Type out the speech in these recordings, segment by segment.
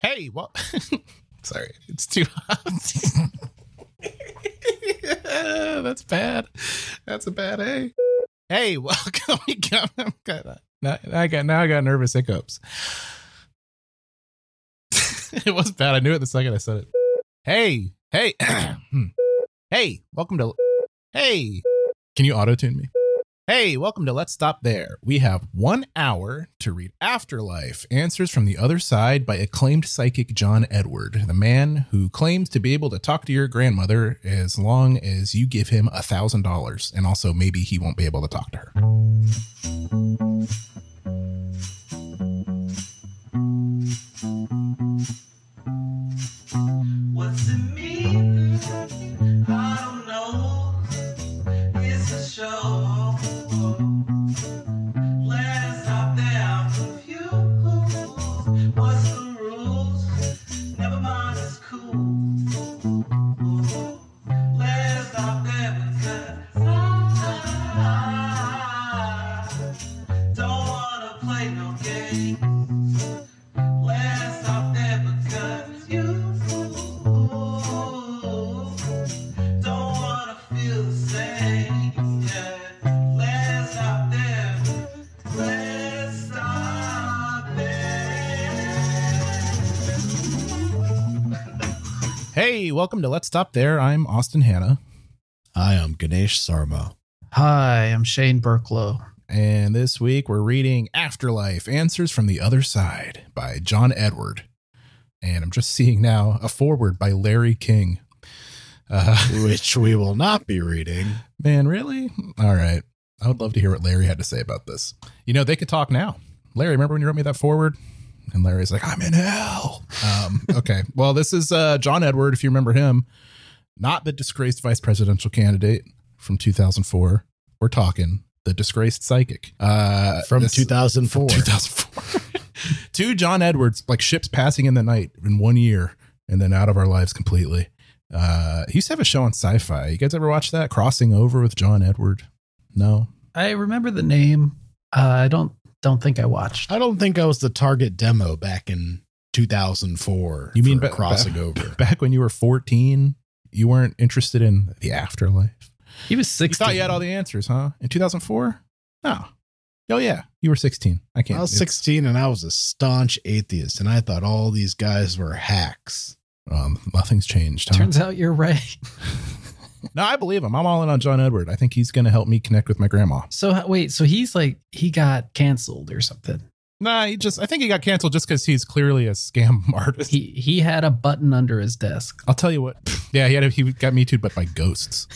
Hey, what? Sorry, it's too hot. Yeah, that's bad. That's a bad A. Hey, welcome. We got, I'm got, now, I got now I got nervous hiccups. it was bad. I knew it the second I said it. Hey, hey, hmm. hey, welcome to. Hey, can you auto tune me? Hey, welcome to Let's Stop There. We have one hour to read Afterlife Answers from the Other Side by acclaimed psychic John Edward, the man who claims to be able to talk to your grandmother as long as you give him a $1,000. And also, maybe he won't be able to talk to her. What's it mean? I don't know. It's a show. Let us stop there. I'm confused. What's the rules? Never mind, it's cool. Let us stop there because I don't wanna play no games. Last stop there because you don't wanna feel the same. Yeah. Last stop there. Last stop there. Hey, welcome to Let's Stop There. I'm Austin Hanna, I am Ganesh Sarma. Hi, I'm Shane Burklow. and this week we're reading Afterlife Answers from the Other Side by John Edward. And I'm just seeing now a foreword by Larry King. Uh, which we will not be reading. Man, really? All right. I would love to hear what Larry had to say about this. You know, they could talk now. Larry, remember when you wrote me that forward? And Larry's like, I'm in hell. Um, okay. Well, this is uh, John Edward, if you remember him, not the disgraced vice presidential candidate from 2004. We're talking the disgraced psychic uh, From this- 2004. 2004. Two John Edwards, like ships passing in the night in one year and then out of our lives completely. Uh, he used to have a show on sci fi. You guys ever watch that? Crossing Over with John Edward? No. I remember the name. Uh, I don't don't think I watched. I don't think I was the target demo back in 2004. You mean for ba- crossing ba- over? Back when you were 14, you weren't interested in the afterlife. He was You 16. thought you had all the answers, huh? In 2004? No. Oh, yeah. You were 16. I can't. I was it's- 16 and I was a staunch atheist, and I thought all these guys were hacks. Um, nothing's changed. Huh? Turns out you're right. no, I believe him. I'm all in on John Edward. I think he's going to help me connect with my grandma. So h- wait, so he's like he got canceled or something. Nah, he just I think he got canceled just because he's clearly a scam artist. He he had a button under his desk. I'll tell you what. Yeah, he had a, he got me too, but by ghosts.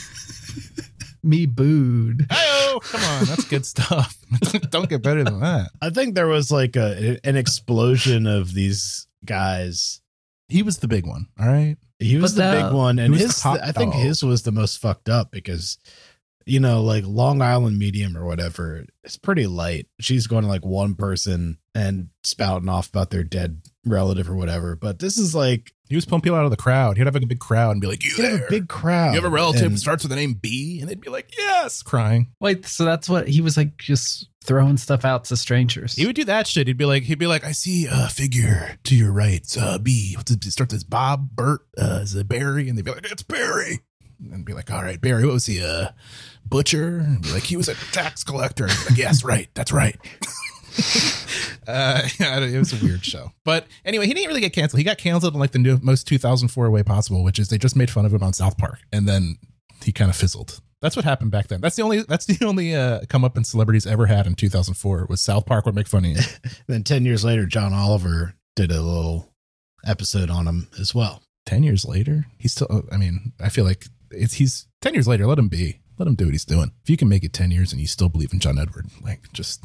Me booed. Oh, come on, that's good stuff. Don't get better than that. I think there was like a an explosion of these guys. He was the big one. All right. He was But the the- big one, he and was the his top I think dog. his was the most fucked up because you know, like Long Island Medium or whatever, it's pretty light. She's going to like one person and spouting off about their dead relative or whatever. But this is like He was pulling people out of the crowd. He'd have like a big crowd and be like, "You you have there? a big crowd. you have a relative who and- starts with the name B?" And they'd be like, "Yes," crying. Wait, so that's what he was like just throwing stuff out to strangers. He would do that shit. He'd be like, he'd be like, "I see a figure to your right, uh, B. What's it start this Bob, Bert, uh, is it Barry?" And they'd be like, "It's Barry." And be like, "All right, Barry, what was he? Uh, butcher?" And be like, "He was a tax collector." And be like, yes, right, that's right. uh, yeah, I don't- it was a weird show, but anyway, he didn't really get canceled. He got canceled in like the new, most 2004 way possible, which is they just made fun of him on South Park, and then he kind of fizzled. That's what happened back then. That's the only that's the only uh, come up in celebrities ever had in 2004 was South Park would make fun of you. then ten years later, John Oliver did a little episode on him as well. 10 years later he's still i mean i feel like it's he's 10 years later let him be let him do what he's doing if you can make it 10 years and you still believe in john edward like just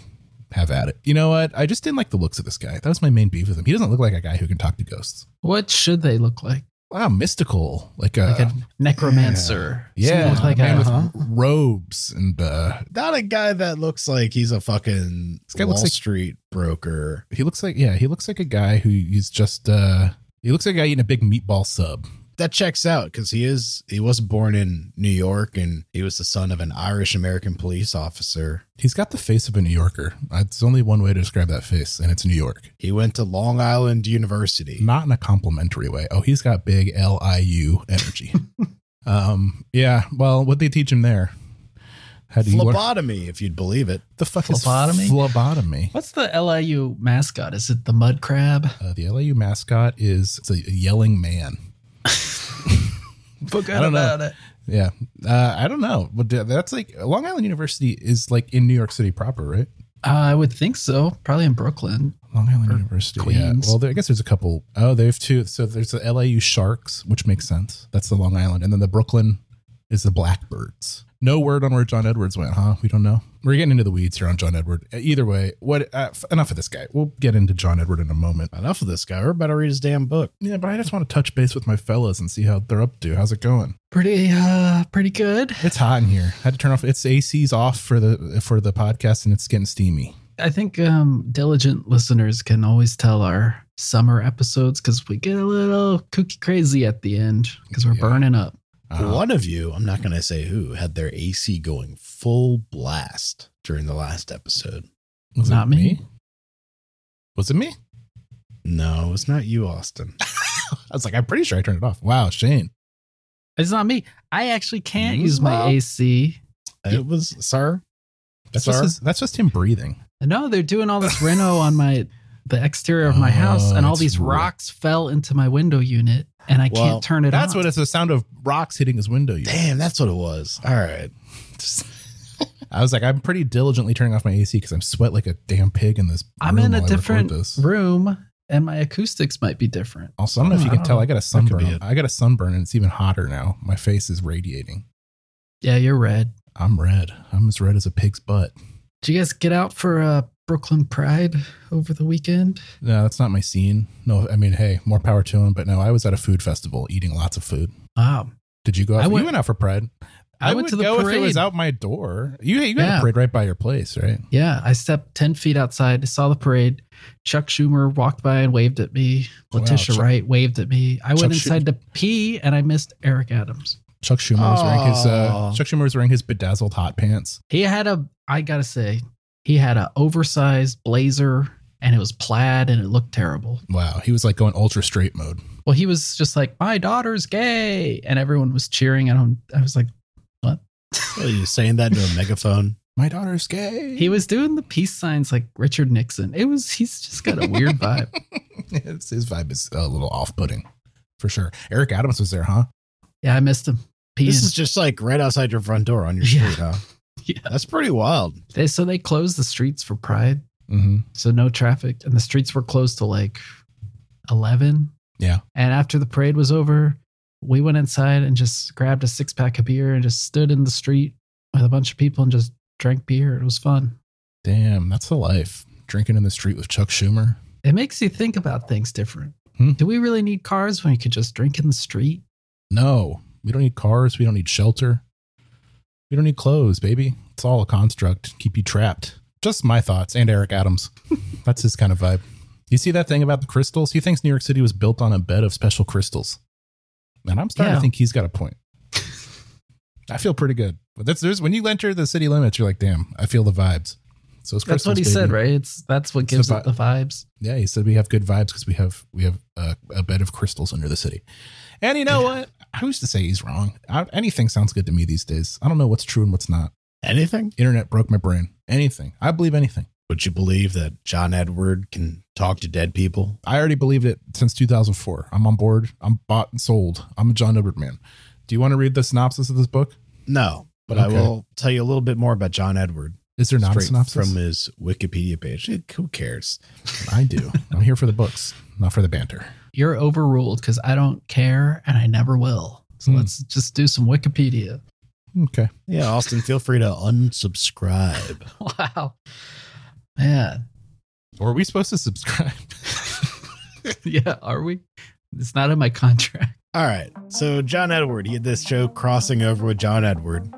have at it you know what i just didn't like the looks of this guy that was my main beef with him he doesn't look like a guy who can talk to ghosts what should they look like? wow mystical like a, Like a necromancer. Uh, yeah, Someone with like a man a, with huh? robes and uh Not a guy that looks like he's a fucking guy Wall looks like- Street broker. he looks like yeah he looks like a guy who he's just uh he looks like a guy eating a big meatball sub that checks out because he is he was born in New York and he was the son of an Irish American police officer. He's got the face of a New Yorker. That's only one way to describe that face, and it's New York. He went to Long Island University. Not in a complimentary way. Oh, he's got big L I U energy. um, yeah. Well, what they teach him there? How do you learn- Phlebotomy, if you'd believe it. the fuck Phlebotomy? is phlebotomy? What's the LIU mascot? Is it the mud crab? Uh, the LAU mascot is it's a yelling man. Forgot I don't know. about it. Yeah, uh, I don't know, but th- that's like Long Island University is like in New York City proper, right? Uh, I would think so. Probably in Brooklyn. Long Island University. Yeah. Queens. Well, there, I guess there's a couple. Oh, they have two. So there's the LAU Sharks, which makes sense. That's the Long Island, and then the Brooklyn is the Blackbirds. No word on where John Edwards went, huh? We don't know. We're getting into the weeds here on John Edward. Uh, Either way, what? Uh, f- enough of this guy. We'll get into John Edward in a moment. Enough of this guy. We're about to read his damn book. Yeah, but I just want to touch base with my fellas and see how they're up to. How's it going? Pretty, uh, pretty good. It's hot in here. had to turn off. It's AC's off for the for the podcast, and it's getting steamy. I think um, diligent listeners can always tell our summer episodes because we get a little kooky crazy at the end because we're Yeah. burning up. Uh, One of you, I'm not going to say who, had their AC going full blast during the last episode. Was Not it me. Was it me? No, it's not you, Austin. I was like, I'm pretty sure I turned it off. Wow, Shane. It's not me. I actually can't Mm, You use my know? AC. It was, sir. That's sir. just, his- that's just him breathing. No, they're doing all this reno on my the exterior of my house, Oh, and all that's these right. rocks fell into my window unit, and I Well, can't turn it That's on. what it's the sound of rocks hitting his window. You Damn, that's what it was. All right. Just- I was like, I'm pretty diligently turning off my AC because I'm sweat like a damn pig in this. I'm room in while I a record different this. room, and my acoustics might be different. Also, I don't know if you I can don't tell. know. I got a could be sunburn. it. I got a sunburn, and it's even hotter now. My face is radiating. Yeah, you're red. I'm red. I'm as red as a pig's butt. Did you guys get out for uh, Brooklyn Pride over the weekend? No, that's not my scene. No, I mean, hey, more power to him. But no, I was at a food festival eating lots of food. Wow. Did you go? Out I for- went- you went out for Pride. I, went would to the go parade. if it was out my door. You you got Yeah. a parade right by your place, right? Yeah, I stepped 10 feet outside, saw the parade. Chuck Schumer walked by and waved at me. Wow, Letitia Chuck- Wright waved at me. I Chuck went inside to pee and I missed Eric Adams. Chuck Schumer was wearing his uh, Aw. Chuck Schumer was wearing his bedazzled hot pants. He had a, I gotta say, he had a oversized blazer and it was plaid and it looked terrible. Wow, he was like going ultra straight mode. Well, he was just like, my daughter's gay. And everyone was cheering. And I'm- I was like, What Are you saying that to a megaphone? My daughter's gay. he was doing the peace signs like Richard Nixon. It was, he's just got a weird vibe. It's- his vibe is a little off-putting, for sure. Eric Adams was there, huh? Yeah, I missed him. Peeing. This is just like right outside your front door on your Yeah. street, huh? Yeah. That's pretty wild. They, so they closed the streets for Pride, Mm-hmm. so no traffic, and the streets were closed till like eleven. Yeah. And after the parade was over, we went inside and just grabbed a six pack of beer and just stood in the street with a bunch of people and just drank beer. It was fun. Damn, that's the life. Drinking in the street with Chuck Schumer. It makes you think about things different. Hmm. Do we really need cars when you could just drink in the street? No, we don't need cars. We don't need shelter. We don't need clothes, baby. It's all a construct. to Keep you trapped. Just my thoughts and Eric Adams. That's his kind of vibe. You see that thing about the crystals? He thinks New York City was built on a bed of special crystals. And I'm starting Yeah. to think he's got a point. I feel pretty good. But that's there's when you enter the city limits, you're like, damn, I feel the vibes. So it's That's crystals, what he baby. said, right? It's that's what It's the gives vi- it the vibes. Yeah, he said we have good vibes because we have we have a, a bed of crystals under the city. And you know what? Who's to say he's wrong? I, anything sounds good to me these days. I don't know what's true and what's not. Anything? Internet broke my brain. Anything. I believe anything. Would you believe that John Edward can talk to dead people? I already believed it since 2004. I'm on board. I'm bought and sold. I'm a John Edward man. Do you want to read the synopsis of this book? No, but Okay. I will tell you a little bit more about John Edward Is there not a straight synopsis? from his Wikipedia page. Eh, Who cares? I do. I'm here for the books, not for the banter. You're overruled because I don't care and I never will. So Hmm. let's just do some Wikipedia. Okay. Yeah, Austin, feel free to unsubscribe. Wow. Man. Or are we supposed to subscribe? yeah, are we? It's not in my contract. All right. So, John Edward, he had this show crossing over with John Edward.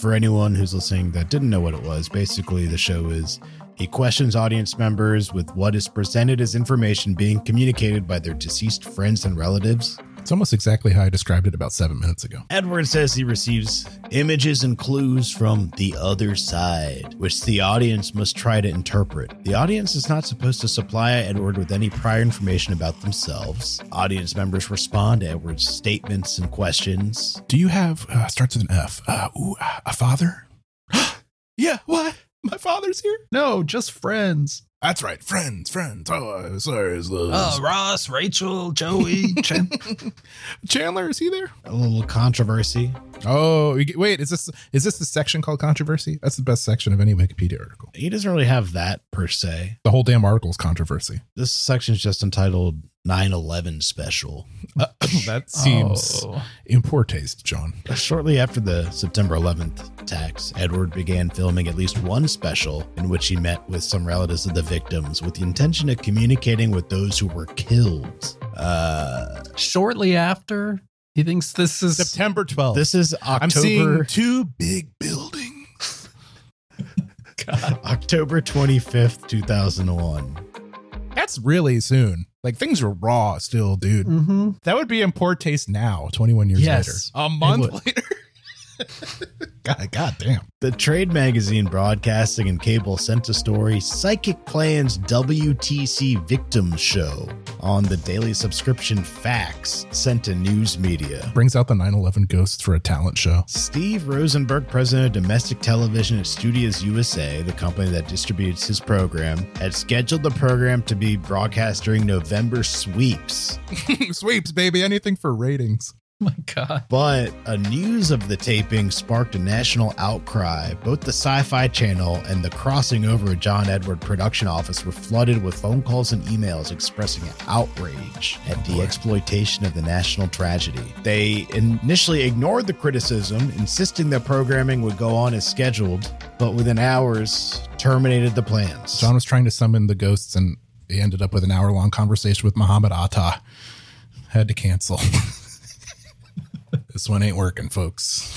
For anyone who's listening that didn't know what it was, basically the show is he questions audience members with what is presented as information being communicated by their deceased friends and relatives. It's almost exactly how I described it about seven minutes ago. Edward says he receives images and clues from the other side, which the audience must try to interpret. The audience is not supposed to supply Edward with any prior information about themselves. Audience members respond to Edward's statements and questions. Do you have uh, starts with an F? Uh, ooh, uh, a father? yeah. What? My father's here. No, just friends. That's right. Friends, friends. Oh, uh, sorry. It's, uh, Ross, Rachel, Joey, Chen. Chandler, is he there? A little controversy. Oh, we get- wait. Is this is this the section called controversy? That's the best section of any Wikipedia article. He doesn't really have that per se. The whole damn article is controversy. This section is just entitled 9 11 Special. Uh, that seems Oh. in poor taste, John. Shortly after the September 11th attacks, Edward began filming at least one special in which he met with some relatives of the victims with the intention of communicating with those who were killed. Uh, Shortly after, he thinks this is September twelfth. this is I'm seeing October two big buildings. October 25th, 2001. That's really soon. Like things were raw still, dude. Mm-hmm. That would be in poor taste now, 21 years Yes, later. A would. month later. God, God damn. The trade magazine Broadcasting and Cable sent a story Psychic Plans WTC Victims Show on the daily subscription Facts sent to news media. Brings out the 9 11 ghosts for a talent show. Steve Rosenberg, president of domestic television at Studios USA, the company that distributes his program, had scheduled the program to be broadcast during November sweeps. Sweeps, baby. Anything for ratings. My God. But a news of the taping sparked a national outcry. Both the Sci Fi Channel and the Crossing Over John Edward production office were flooded with phone calls and emails expressing outrage at the exploitation of the national tragedy. They initially ignored the criticism, insisting that programming would go on as scheduled, but within hours, terminated the plans. John was trying to summon the ghosts and he ended up with an hour long conversation with Muhammad Atta. Had to cancel. this one ain't working, folks.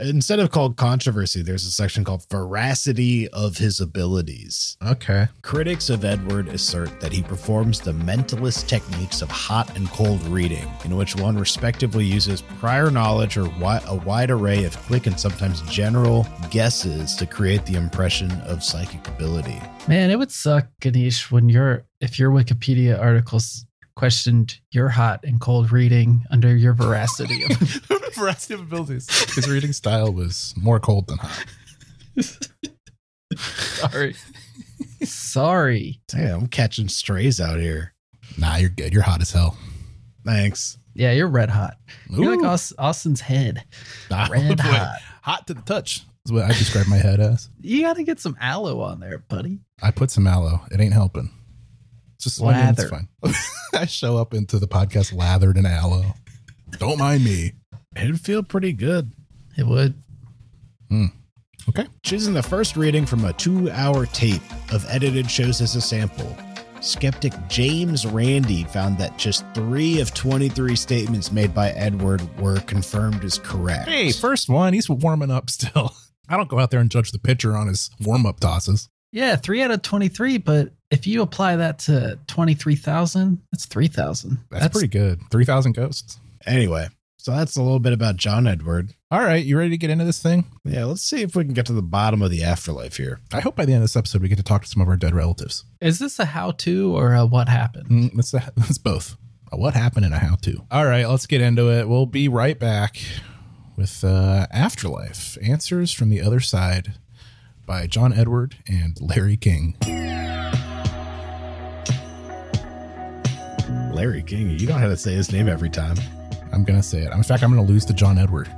Instead of called controversy, there's a section called Veracity of His Abilities. Okay. Critics of Edward assert that he performs the mentalist techniques of hot and cold reading, in which one respectively uses prior knowledge or wi- a wide array of quick and sometimes general guesses to create the impression of psychic ability. Man, it would suck, Ganesh, when your if your Wikipedia articles questioned your hot and cold reading under your veracity of Variety of abilities. His reading style was more cold than hot. sorry. sorry. Damn, I'm catching strays out here. Nah, you're good. You're hot as hell. Thanks. Yeah, you're red hot. You're Ooh. like Aus- Austin's head. Ah, Red boy. hot. Hot to the touch is what I describe my head as. You got to get some aloe on there, buddy. I put some aloe. It ain't helping. It's just lather. Lather. I show up into the podcast lathered in aloe. Don't mind me. It'd feel pretty good. It would. Okay. Choosing the first reading from a two hour tape of edited shows as a sample, skeptic James Randi found that just three of 23 statements made by Edward were confirmed as correct. Hey, first one. He's warming up still. I don't go out there and judge the pitcher on his warm up tosses. Yeah, three out of 23. But if you apply that to 23,000, that's 3,000. That's, pretty good. 3,000 ghosts. Anyway, so that's a little bit about John Edward. All right. You ready to get into this thing? Yeah, let's see if we can get to the bottom of the afterlife here. I hope by the end of this episode, we get to talk to some of our dead relatives. Is this a how to or a what happened? Mm, That's, that's both. A what happened and a how to. All right. Let's get into it. We'll be right back with uh, Afterlife Answers from the Other Side by John Edward and Larry King. Larry King, you don't have to say his name every time. I'm gonna say it. In fact, I'm gonna lose to John Edward.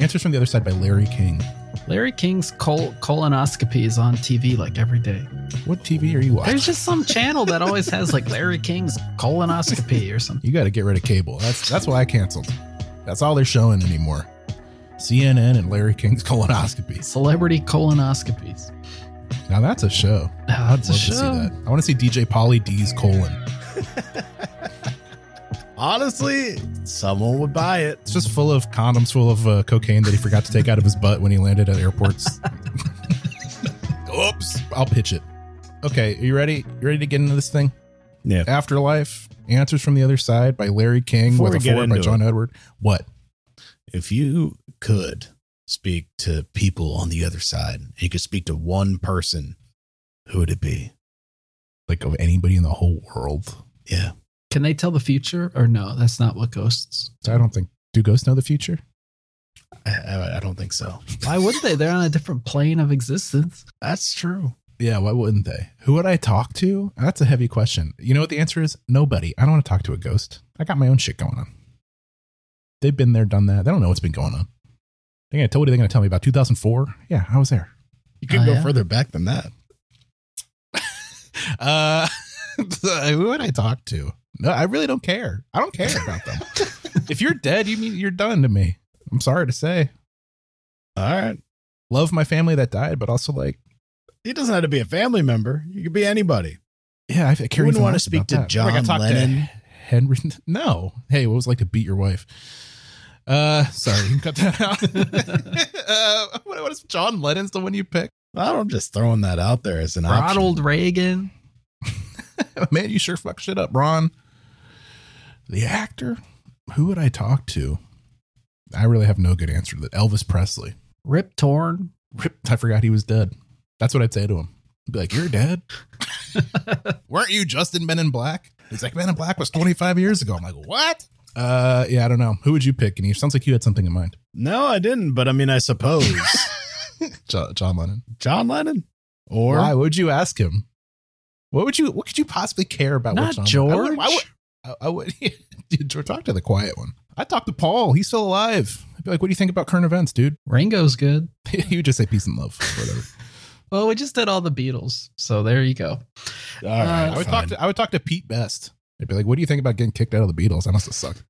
Answers from the Other Side by Larry King. Larry King's col- colonoscopy is on TV like every day. What TV are you watching? There's just some channel that always has like Larry King's colonoscopy or something. you got to get rid of cable. That's that's why I canceled. That's all they're showing anymore. CNN and Larry King's colonoscopies. Celebrity colonoscopies. Now that's a show. Oh, that's a Love to see show. that. I want to see DJ Polly D's colon. Honestly, someone would buy it. It's just full of condoms, full of uh, cocaine that he forgot to take out of his butt when he landed at airports. Oops! I'll pitch it. Okay, are you ready? You ready to get into this thing? Yeah. Afterlife, Answers from the Other Side by Larry King Before we with a get forward by into John Edward. What? If you could speak to people on the other side, and you could speak to one person, who would it be? Like of anybody in the whole world? Yeah. Can they tell the future or no? That's not what ghosts. I don't think. Do ghosts know the future? I, I, I don't think so. Why would they? They're on a different plane of existence. That's true. Yeah, why wouldn't they? Who would I talk to? That's a heavy question. You know what the answer is? Nobody. I don't want to talk to a ghost. I got my own shit going on. They've been there, done that. They don't know what's been going on. They're gonna tell what are they gonna tell me about 2004? Yeah, I was there. You could Oh, go yeah? further back than that. Uh, who would I talk to? No, I really don't care. I don't care about them. if you're dead, you mean you're done to me. I'm sorry to say. All right. Love my family that died, but also like, He doesn't have to be a family member. You could be anybody. yeah, I carry. wouldn't want wanna speak to John Lennon? Henry. No. Hey, what was it like to beat your wife? Uh, sorry, you can cut that out. uh, what, what is John Lennon's the one you pick? I'm just throwing that out there as an option. Ronald Reagan. Man, you sure fuck shit up, Ron. The actor? Who would I talk to? I really have no good answer to that. Elvis Presley. Rip Torn. Rip, I forgot he was dead. That's what I'd say to him. I'd be like, You're dead? Weren't you just in Men in Black? He's like, Men in Black was 25 years ago. I'm like, What? Uh, yeah, I don't know. Who would you pick? And he sounds like you had something in mind. No, I didn't. But I mean, I suppose Jo- John Lennon. John Lennon or Why would you ask him? What would you, what could you possibly care about? what John Not George. I would- I would- I, I would dude, George, talk to the quiet one. I talk to Paul. He's still alive. I'd be like, what do you think about current events, dude? Ringo's good. he would just say peace and love, whatever. Well, we just did all the Beatles, so there you go. All right, Uh, I would fine. talk to I would talk to Pete Best. I'd be like, what do you think about getting kicked out of the Beatles? That must have sucked.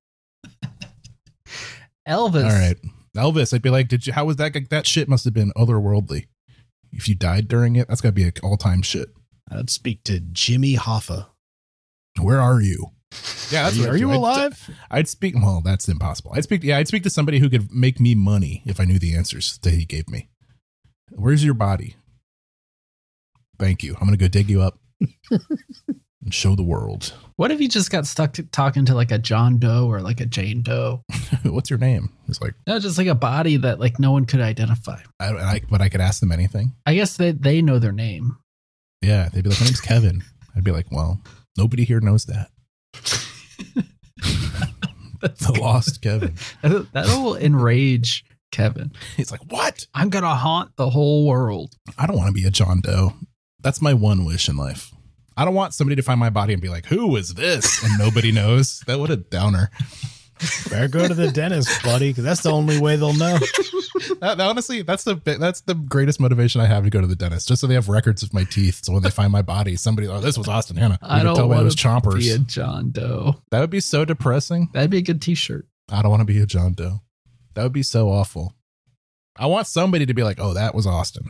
Elvis. All right, Elvis. I'd be like, did you? How was that? That shit must have been otherworldly. If you died during it, that's got to be like all time shit. I'd speak to Jimmy Hoffa. Where are you? Yeah, Are you, I'd are you do. I'd- alive? I'd speak. Well, that's impossible. I'd speak. Yeah, I'd speak to somebody who could make me money if I knew the answers that he gave me. Where's your body? Thank you. I'm gonna go dig you up and show the world. What if you just got stuck to talking to like a John Doe or like a Jane Doe? What's your name? It's like No, just like a body that like no one could identify. I, I, but I could ask them anything. I guess they, they know their name. Yeah, they'd be like, "My name's Kevin." I'd be like, "Well, nobody here knows that." That's The lost Kevin. That'll, that'll enrage Kevin. He's like, "What? I'm gonna haunt the whole world. I don't want to be a John Doe. That's my one wish in life. I don't want somebody to find my body and be like, "Who is this?" and nobody knows. That would a downer. Better go to the dentist, buddy, because that's the only way they'll know. That, that honestly, that's the bi- that's the greatest motivation I have to go to the dentist, just so they have records of my teeth. So when they find my body, somebody, oh, this was Austin Hannah. They I could don't tell by wanna those chompers. Be a John Doe. that would be so depressing. That'd be a good T-shirt. I don't want to be a John Doe. That would be so awful. I want somebody to be like, oh, that was Austin.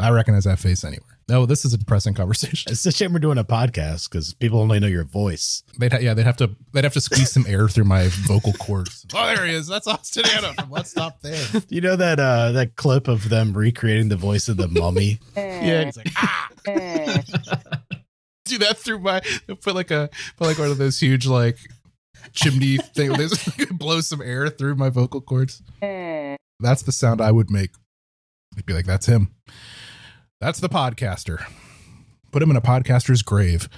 I recognize that face anywhere. No, this is a depressing conversation. It's a shame we're doing a podcast because people only know your voice. They'd ha- yeah, they'd have to they'd have to squeeze some air through my vocal cords. Oh, there he is. That's Austin Anna from Let's Stop There. You know that uh that clip of them recreating the voice of the mummy? Yeah, he's like, ah, do that through my put like a put like one of those huge like chimney thing. There's blow some air through my vocal cords. That's the sound I would make. I'd be like, that's him. That's the podcaster. Put him in a podcaster's grave.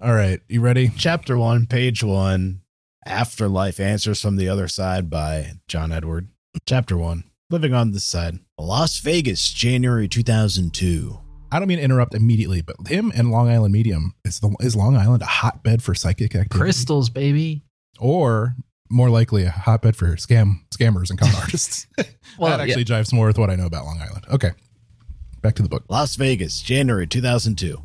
All right, you ready? Chapter one, page one, Afterlife Answers from the Other Side by John Edward. Chapter one, Living on This Side. Las Vegas, January 2002. I don't mean to interrupt immediately, but him and Long Island Medium is the is Long Island a hotbed for psychic activity, Crystals, baby. or more likely a hotbed for scam scammers and con artists? Well, that actually jives more with what I know about Long Island. Okay, back to the book. Las Vegas, January 2002.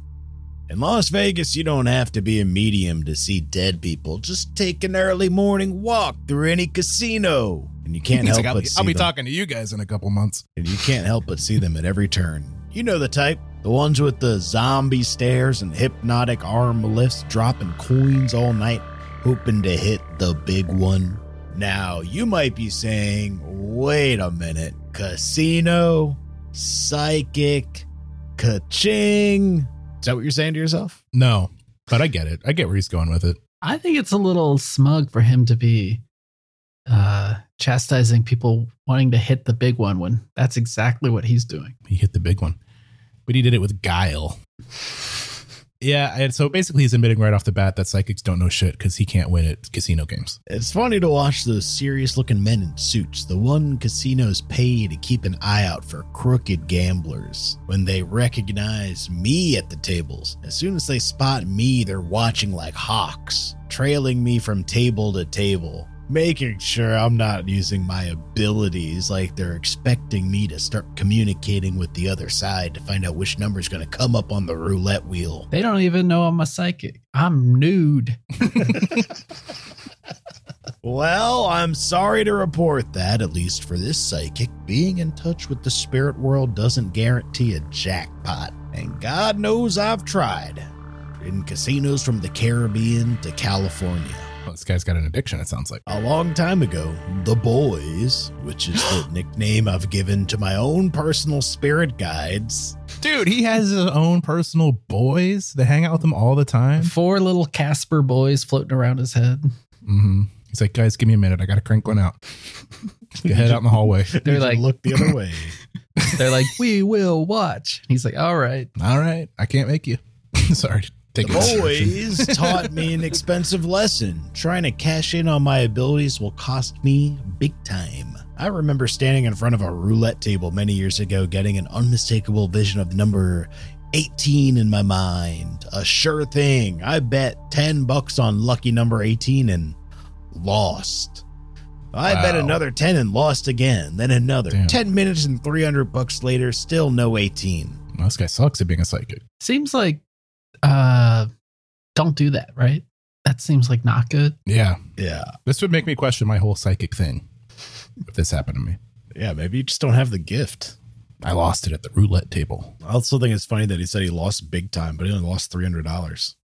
In Las Vegas, you don't have to be a medium to see dead people. Just take an early morning walk through any casino, and you can't He's help like, I'll, but be, see I'll be them. talking to you guys in a couple months. and you can't help but see them at every turn. You know the type. The ones with the zombie stares and hypnotic arm lifts dropping coins all night, hoping to hit the big one. Now, you might be saying, wait a minute, casino, psychic, ka-ching. Is that what you're saying to yourself? No, But I get it. I get where he's going with it. I think it's a little smug for him to be uh, chastising people wanting to hit the big one when that's exactly what he's doing. He hit the big one, but he did it with guile. Yeah, and so basically he's admitting right off the bat that psychics don't know shit because he can't win at casino games. It's funny to watch those serious looking men in suits, the one casinos pay to keep an eye out for crooked gamblers. When they recognize me at the tables, as soon as they spot me, they're watching like hawks, trailing me from table to table, making sure I'm not using my abilities like they're expecting me to start communicating with the other side to find out which number's going to come up on the roulette wheel. They don't even know I'm a psychic. I'm nude. Well, I'm sorry to report that, at least for this psychic, being in touch with the spirit world doesn't guarantee a jackpot. And God knows I've tried. In casinos from the Caribbean to California. Well, this guy's got an addiction, it sounds like. A long time ago, the boys, which is the nickname I've given to my own personal spirit guides, Dude, he has his own personal boys that hang out with him all the time. Four little Casper boys floating around his head. hmm He's like, guys, give me a minute. I got to crank one out. Go head out in the hallway. They're like- look the other way. They're like, we will watch. And he's like, all right. All right. I can't make you. Sorry. Take a the distraction. boys taught me an expensive lesson. Trying to cash in on my abilities will cost me big time. I remember standing in front of a roulette table many years ago, getting an unmistakable vision of the number 18 in my mind. A sure thing. I bet 10 bucks on lucky number 18 and lost. I bet Wow. another 10 and lost again, then another. Damn. 10 minutes and 300 bucks later, still no 18. Well, this guy sucks at being a psychic. Seems like, uh, don't do that, right? That seems like not good. Yeah. Yeah. This would make me question my whole psychic thing if this happened to me. Yeah, maybe you just don't have the gift. I lost it at the roulette table. I also think it's funny that he said he lost big time, but he only lost three hundred dollars.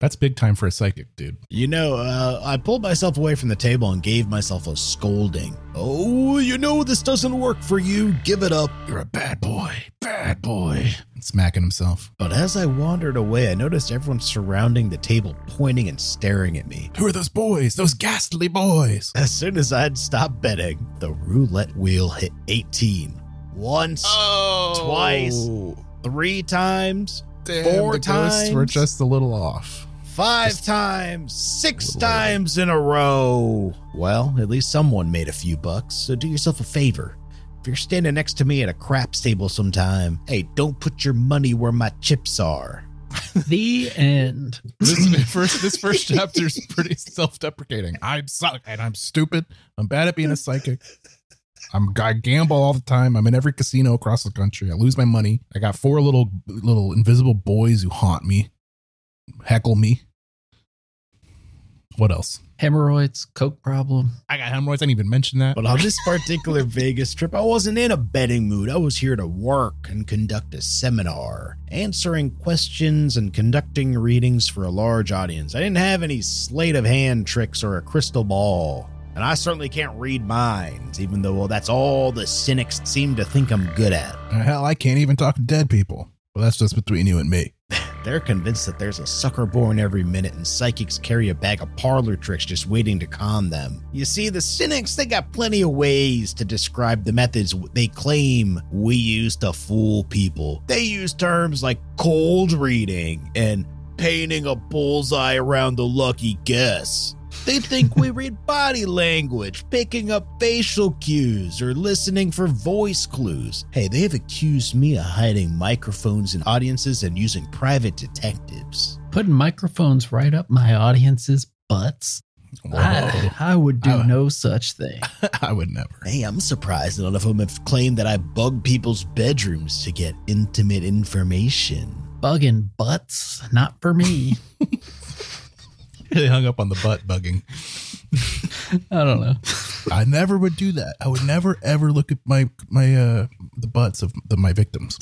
That's big time for a psychic, dude. You know, uh, I pulled myself away from the table and gave myself a scolding. Oh, you know this doesn't work for you. Give it up. You're a bad boy. Bad boy. Smacking himself. But as I wandered away, I noticed everyone surrounding the table pointing and staring at me. Who are those boys? Those ghastly boys. As soon as I'd stopped betting, the roulette wheel hit 18. Once, Oh. Twice. three times, Damn, Four the ghosts were times. just a little off. Five Just- times, six Lord. times in a row. Well, at least someone made a few bucks, so do yourself a favor. If you're standing next to me at a craps table sometime, hey, don't put your money where my chips are. The end. This first, this first chapter is pretty self-deprecating. I suck and I'm stupid. I'm bad at being a psychic. I'm I gamble all the time. I'm in every casino across the country. I lose my money. I got four little little invisible boys who haunt me, heckle me. What else? Hemorrhoids, coke problem. I got hemorrhoids. I didn't even mention that. But on this particular Vegas trip, I wasn't in a betting mood. I was here to work and conduct a seminar, answering questions and conducting readings for a large audience. I didn't have any sleight of hand tricks or a crystal ball. And I certainly can't read minds, even though, well, that's all the cynics seem to think I'm good at. Hell, I can't even talk to dead people. Well, that's just between you and me. They're convinced that there's a sucker born every minute and psychics carry a bag of parlor tricks just waiting to con them. You see, the cynics, they got plenty of ways to describe the methods they claim we use to fool people. They use terms like cold reading and painting a bullseye around the lucky guess. They think we read body language, picking up facial cues, or listening for voice clues. Hey, they have accused me of hiding microphones in audiences and using private detectives. Putting microphones right up my audience's butts. I, I would do I- no such thing. Whoa. I would never. Hey, I'm surprised none of them have claimed that I bug people's bedrooms to get intimate information. Bugging butts, not for me. They hung up on the butt bugging. I don't know. I never would do that. I would never ever look at my my uh the butts of the, my victims.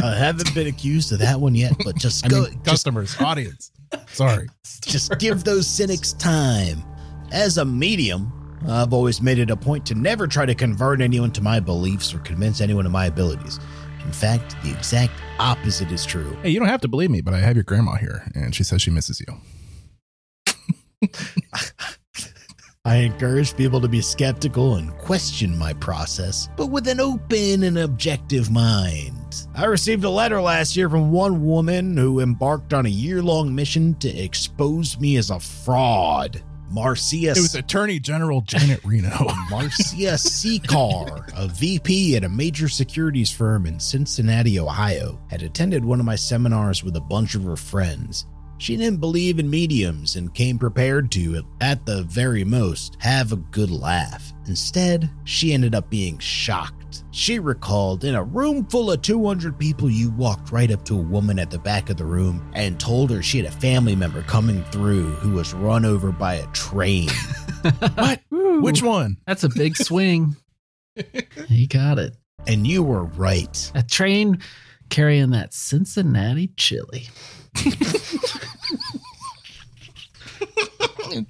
I haven't been accused of that one yet, but just I go, mean just, customers, audience. Sorry. just give those cynics time. As a medium, I've always made it a point to never try to convert anyone to my beliefs or convince anyone of my abilities. In fact, the exact opposite is true. Hey, you don't have to believe me, but I have your grandma here, and she says she misses you. I encourage people to be skeptical and question my process, but with an open and objective mind. I received a letter last year from one woman who embarked on a year long mission to expose me as a fraud. Marcia It was Attorney General Janet Reno. Marcia Secar, a VP at a major securities firm in Cincinnati, Ohio, had attended one of my seminars with a bunch of her friends. She didn't believe in mediums and came prepared to, at the very most, have a good laugh. Instead, she ended up being shocked. She recalled in a room full of 200 people, you walked right up to a woman at the back of the room and told her she had a family member coming through who was run over by a train. what? Which one? That's a big swing. he got it. and you were right. A train carrying that Cincinnati chili.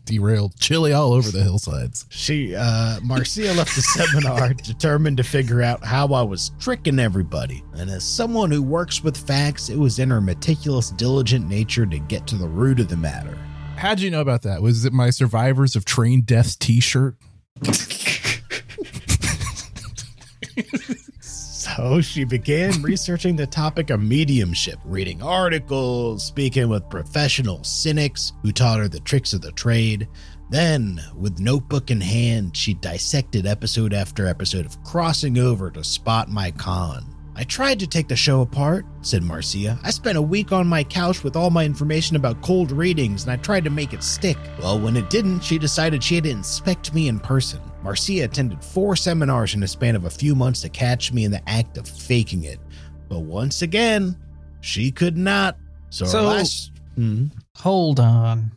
Derailed chili all over the hillsides. She, uh, Marcia left the seminar determined to figure out how I was tricking everybody. And as someone who works with facts, it was in her meticulous, diligent nature to get to the root of the matter. How'd you know about that? Was it my Survivors of Train Deaths t shirt? So she began researching the topic of mediumship, reading articles, speaking with professional cynics who taught her the tricks of the trade. Then, with notebook in hand, she dissected episode after episode of Crossing Over to spot my con. I tried to take the show apart, said Marcia. I spent a week on my couch with all my information about cold readings and I tried to make it stick. Well, when it didn't, she decided she had to inspect me in person. Marcia attended four seminars in a span of a few months to catch me in the act of faking it. But once again, she could not. So, her So- last. Hmm. Hold on.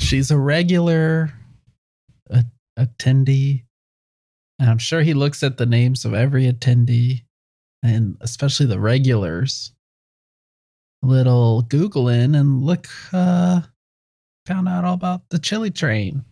She's a regular a- attendee. And I'm sure he looks at the names of every attendee and especially the regulars. Little Google in and look, uh, found out all about the chili train.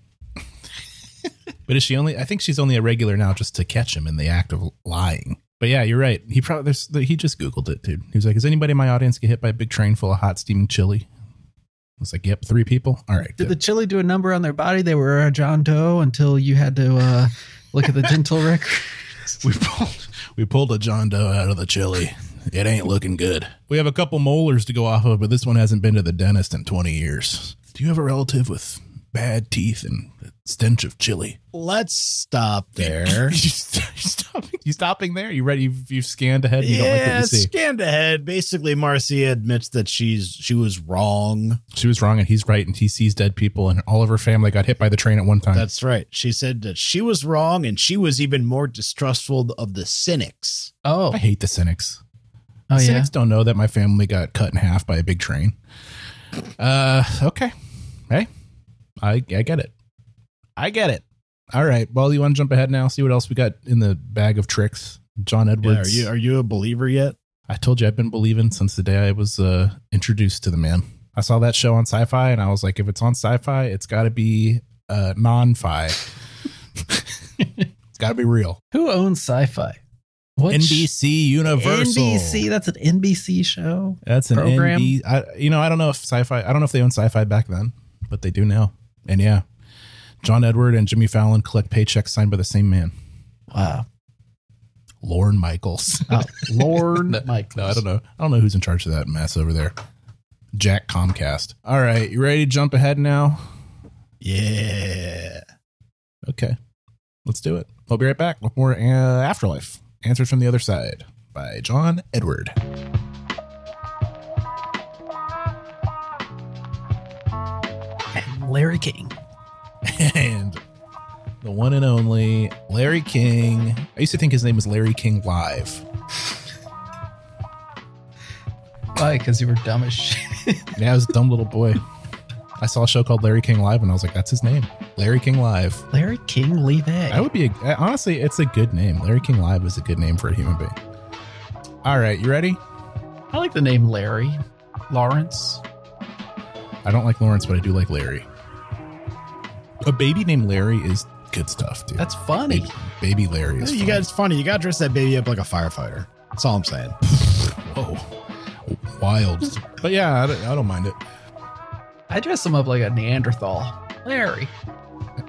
But is she only? I think she's only a regular now, just to catch him in the act of lying. But yeah, you're right. He probably there's, he just googled it, dude. He was like, "Is anybody in my audience get hit by a big train full of hot steaming chili?" I was like, "Yep, three people." All right, Did good. the chili do a number on their body? They were a John Doe until you had to uh, look at the dental record. we pulled we pulled a John Doe out of the chili. It ain't looking good. We have a couple molars to go off of, but this one hasn't been to the dentist in 20 years. Do you have a relative with bad teeth and a stench of chili? Let's stop there. you stopping? You stopping there? You ready? You've, you've scanned ahead. And you don't like what yeah, you see. scanned ahead. Basically, Marcia admits that she's she was wrong. She was wrong and he's right, and he sees dead people, and all of her family got hit by the train at one time. That's right. She said that she was wrong, and she was even more distrustful of the cynics. Oh, I hate the cynics. oh the yeah. cynics don't know that my family got cut in half by a big train. Uh, okay, hey, I I get it. I get it. All right. Well, you want to jump ahead now? See what else we got in the bag of tricks. John Yeah, are Edwards. you are you a believer yet? I told you I've been believing since the day I was uh, introduced to the man. I saw that show on Sci-Fi, and I was like, if it's on Sci-Fi, it's got to be uh, non-fi. it's got to be real. Who owns Sci-Fi? What sh- NBC Universal. NBC. That's an NBC show. That's an program. NB I, you know, I don't know if sci-fi. I don't know if they owned sci-fi back then, but they do now. And yeah, John Edward and Jimmy Fallon collect paychecks signed by the same man, Wow. Lorne Michaels. Oh, Lord No, Michaels. Uh, no, I don't know. I don't know who's in charge of that mess over there. Jack Comcast. All right, you ready to jump ahead now? Yeah. Okay, let's do it. I'll be right back with more uh, Afterlife Answers from the Other Side by John Edward. And Larry King. and the one and only Larry King. I used to think his name was Larry King Live. Why? Because you were dumb as shit. Yeah, I was a dumb little boy. I saw a show called Larry King Live, and I was like, "That's his name, Larry King Live." Larry King, leave it. That would be a, honestly, it's a good name. Larry King Live is a good name for a human being. All right, you ready? I like the name Larry. Lawrence. I don't like Lawrence, but I do like Larry. A baby named Larry is good stuff, dude. That's funny. baby Larry is. You fun. got it's funny. You got to dress that baby up like a firefighter. That's all I'm saying. Whoa, wild. But yeah, I don't, I don't mind it. I dress him up like a Neanderthal. Larry.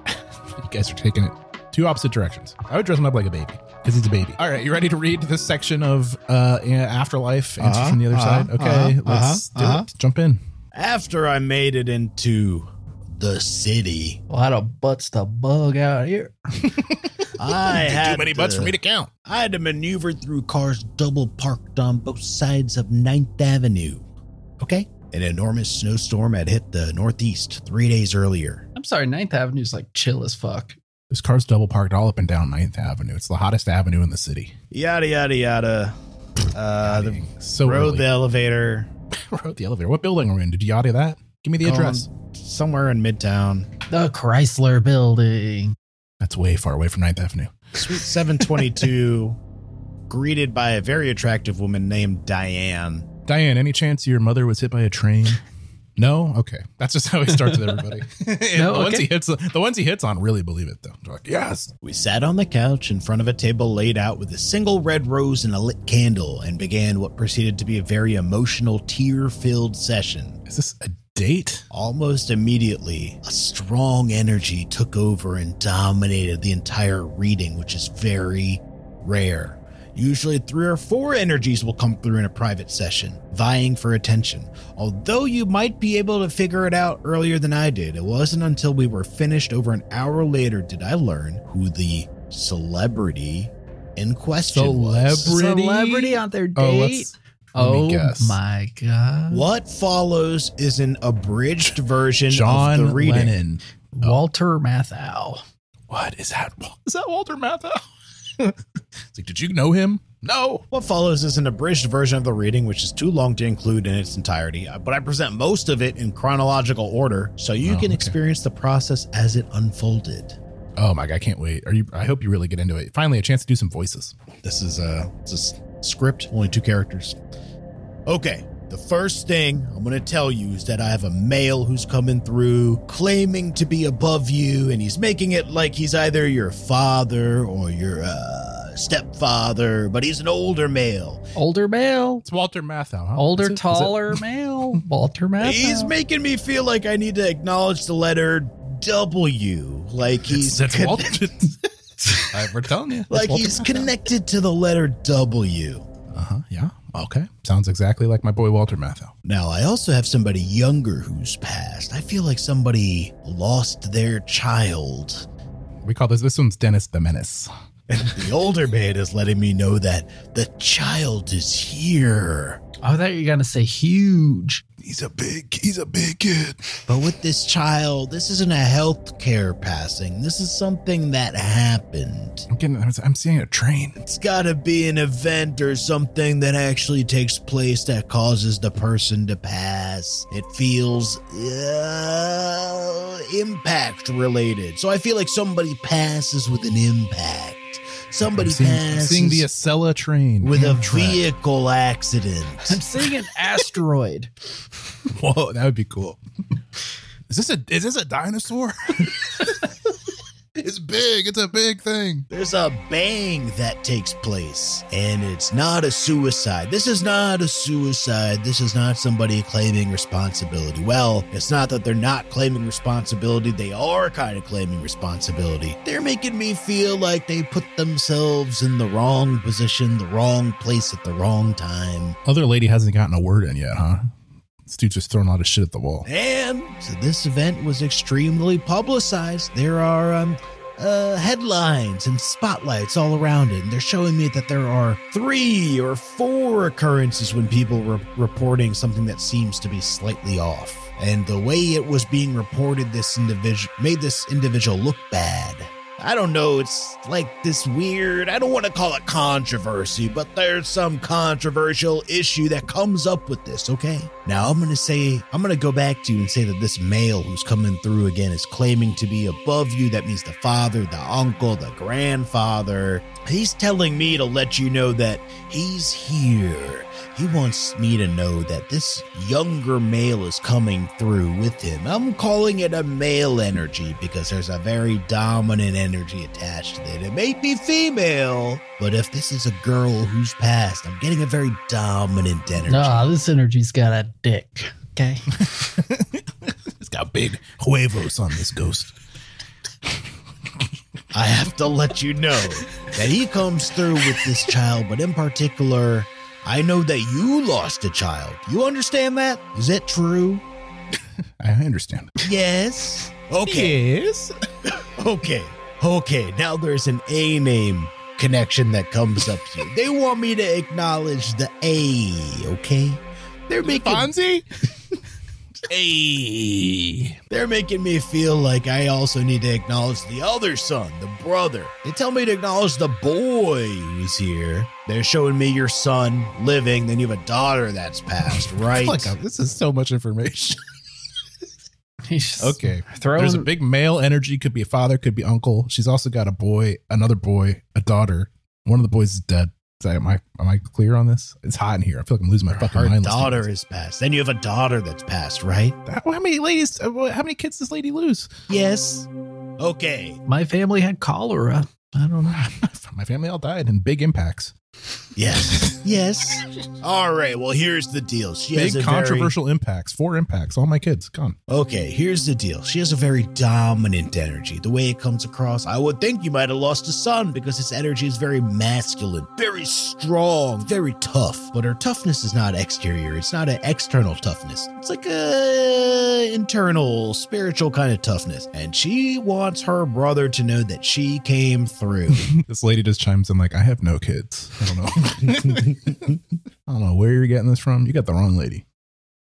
You guys are taking it two opposite directions. I would dress him up like a baby because he's a baby. All right, you ready to read this section of uh, afterlife answers Uh-huh, from the other uh-huh, side? Okay, uh-huh, let's uh-huh, do uh-huh. it. Jump in. After I made it into the city, A lot of butts to bug out here. I had Too many butts for me to count. I had to maneuver through cars double parked on both sides of 9th Avenue. Okay. An enormous snowstorm had hit the Northeast three days earlier. I'm sorry, Ninth Avenue's like chill as fuck. This car's double parked all up and down 9th Avenue. It's the hottest avenue in the city. Yada, yada, yada. Uh, the Dang, so rode rode the elevator rode the elevator. What building are we in? Did you yada that? Give me the Going- address. somewhere in Midtown. The Chrysler building. That's way far away from 9th Avenue. Suite 722, greeted by a very attractive woman named Diane. Diane, any chance your mother was hit by a train? No? Okay. That's just how he starts with everybody. And No, the, ones okay. he hits, the ones he hits on really believe it, though. They're like, yes. We sat on the couch in front of a table laid out with a single red rose and a lit candle and began what proceeded to be a very emotional, tear filled session. Is this a date? Almost immediately, a strong energy took over and dominated the entire reading, which is very rare. Usually, three or four energies will come through in a private session, vying for attention. Although you might be able to figure it out earlier than I did, it wasn't until we were finished over an hour later did I learn who the celebrity in question was. Celebri- Pretty- Celebrity on their Oh, date. let's- let me Oh, guess. my god. What follows is an abridged version John of the reading. Lennon. Walter Matthau. What is that? Is that Walter Matthau? it's like, did you know him? No. What follows is an abridged version of the reading, which is too long to include in its entirety, uh, but I present most of it in chronological order so you Oh, can okay. experience the process as it unfolded. Oh my god, I can't wait. Are you? I hope you really get into it. Finally, a chance to do some voices. This is a, it's a s- script, only two characters. Okay, the first thing I'm going to tell you is that I have a male who's coming through claiming to be above you, and he's making it like he's either your father or your uh, stepfather, but he's an older male. Older male. It's Walter Matthau. Huh? Older, Is it- is it- taller male. Walter Matthau. He's making me feel like I need to acknowledge the letter W, like It's, he's that's con- Walter. I- We're telling you. like he's connected to the letter W. Uh huh. Yeah. Okay. Sounds exactly like my boy Walter Matthau. Now, I also have somebody younger who's passed. I feel like somebody lost their child. We call this. This one's Dennis the Menace. The older man is letting me know that the child is here. Oh, that you're gonna say huge. He's a big. He's a big kid. But with this child, this isn't a healthcare passing. This is something that happened. I'm getting. I'm, I'm seeing a train. It's gotta be an event or something that actually takes place that causes the person to pass. It feels uh, impact related. So I feel like somebody passes with an impact. Somebody I'm seeing, I'm passes seeing the Acela train with a Amtrak. vehicle I'm accident. seeing an asteroid. Whoa, that would be cool. Is this a is this a dinosaur? it's big. It's a big thing. There's a bang that takes place, and it's not a suicide. This is not a suicide. This is not somebody claiming responsibility. Well, it's not that they're not claiming responsibility, they are kind of claiming responsibility. They're making me feel like they put themselves in the wrong position, the wrong place at the wrong time. Other lady hasn't gotten a word in yet, huh? This dude's just throwing a lot of shit at the wall. And so this event was extremely publicized. There are um, uh, headlines and spotlights all around it. And they're showing me that there are three or four occurrences when people were reporting something that seems to be slightly off. And the way it was being reported, this individual made this individual look bad. I don't know. It's like this weird, I don't want to call it controversy, but there's some controversial issue that comes up with this, okay? Now I'm going to say, I'm going to go back to you and say that this male who's coming through again is claiming to be above you. That means the father, the uncle, the grandfather. He's telling me to let you know that he's here. He wants me to know that this younger male is coming through with him. I'm calling it a male energy because there's a very dominant energy attached to it. It may be female, but if this is a girl who's passed, I'm getting a very dominant energy. Nah, this energy's got a dick. Okay. it's got big huevos on this ghost. I have to let you know that he comes through with this child, but in particular, I know that you lost a child. You understand that? Is that true? I understand. Yes. Okay. Yes. Okay. Okay. Now there's an A name connection that comes up here. They want me to acknowledge the A, okay? They're making Fonzie? Hey, they're making me feel like I also need to acknowledge the other son, the brother. They tell me to acknowledge the boy who's here. They're showing me your son living, then you have a daughter that's passed, right? Look, this is so much information. He's just Okay. throwing. There's a big male energy. Could be a father, could be uncle. She's also got a boy, another boy, a daughter. One of the boys is dead. Is that- am I am I clear on this? It's hot in here. I feel like I'm losing my fucking Her mind. listening to daughter this. is passed. Then you have a daughter that's passed, right? That- How many ladies? uh, How many kids does lady lose? Yes. Okay. my family had cholera. I don't know. My family all died in big impacts. Yes. yes. All right. Well, here's the deal. She has a big very- controversial impacts. Four impacts. All my kids gone. Okay, here's the deal. She has a very dominant energy. The way it comes across, I would think you might have lost a son because his energy is very masculine, very strong, very tough. But her toughness is not exterior. It's not an external toughness. It's like a internal, spiritual kind of toughness. And she wants her brother to know that she came through. This lady just chimes in like, "I have no kids. I don't know. I don't know where you're getting this from. You got the wrong lady.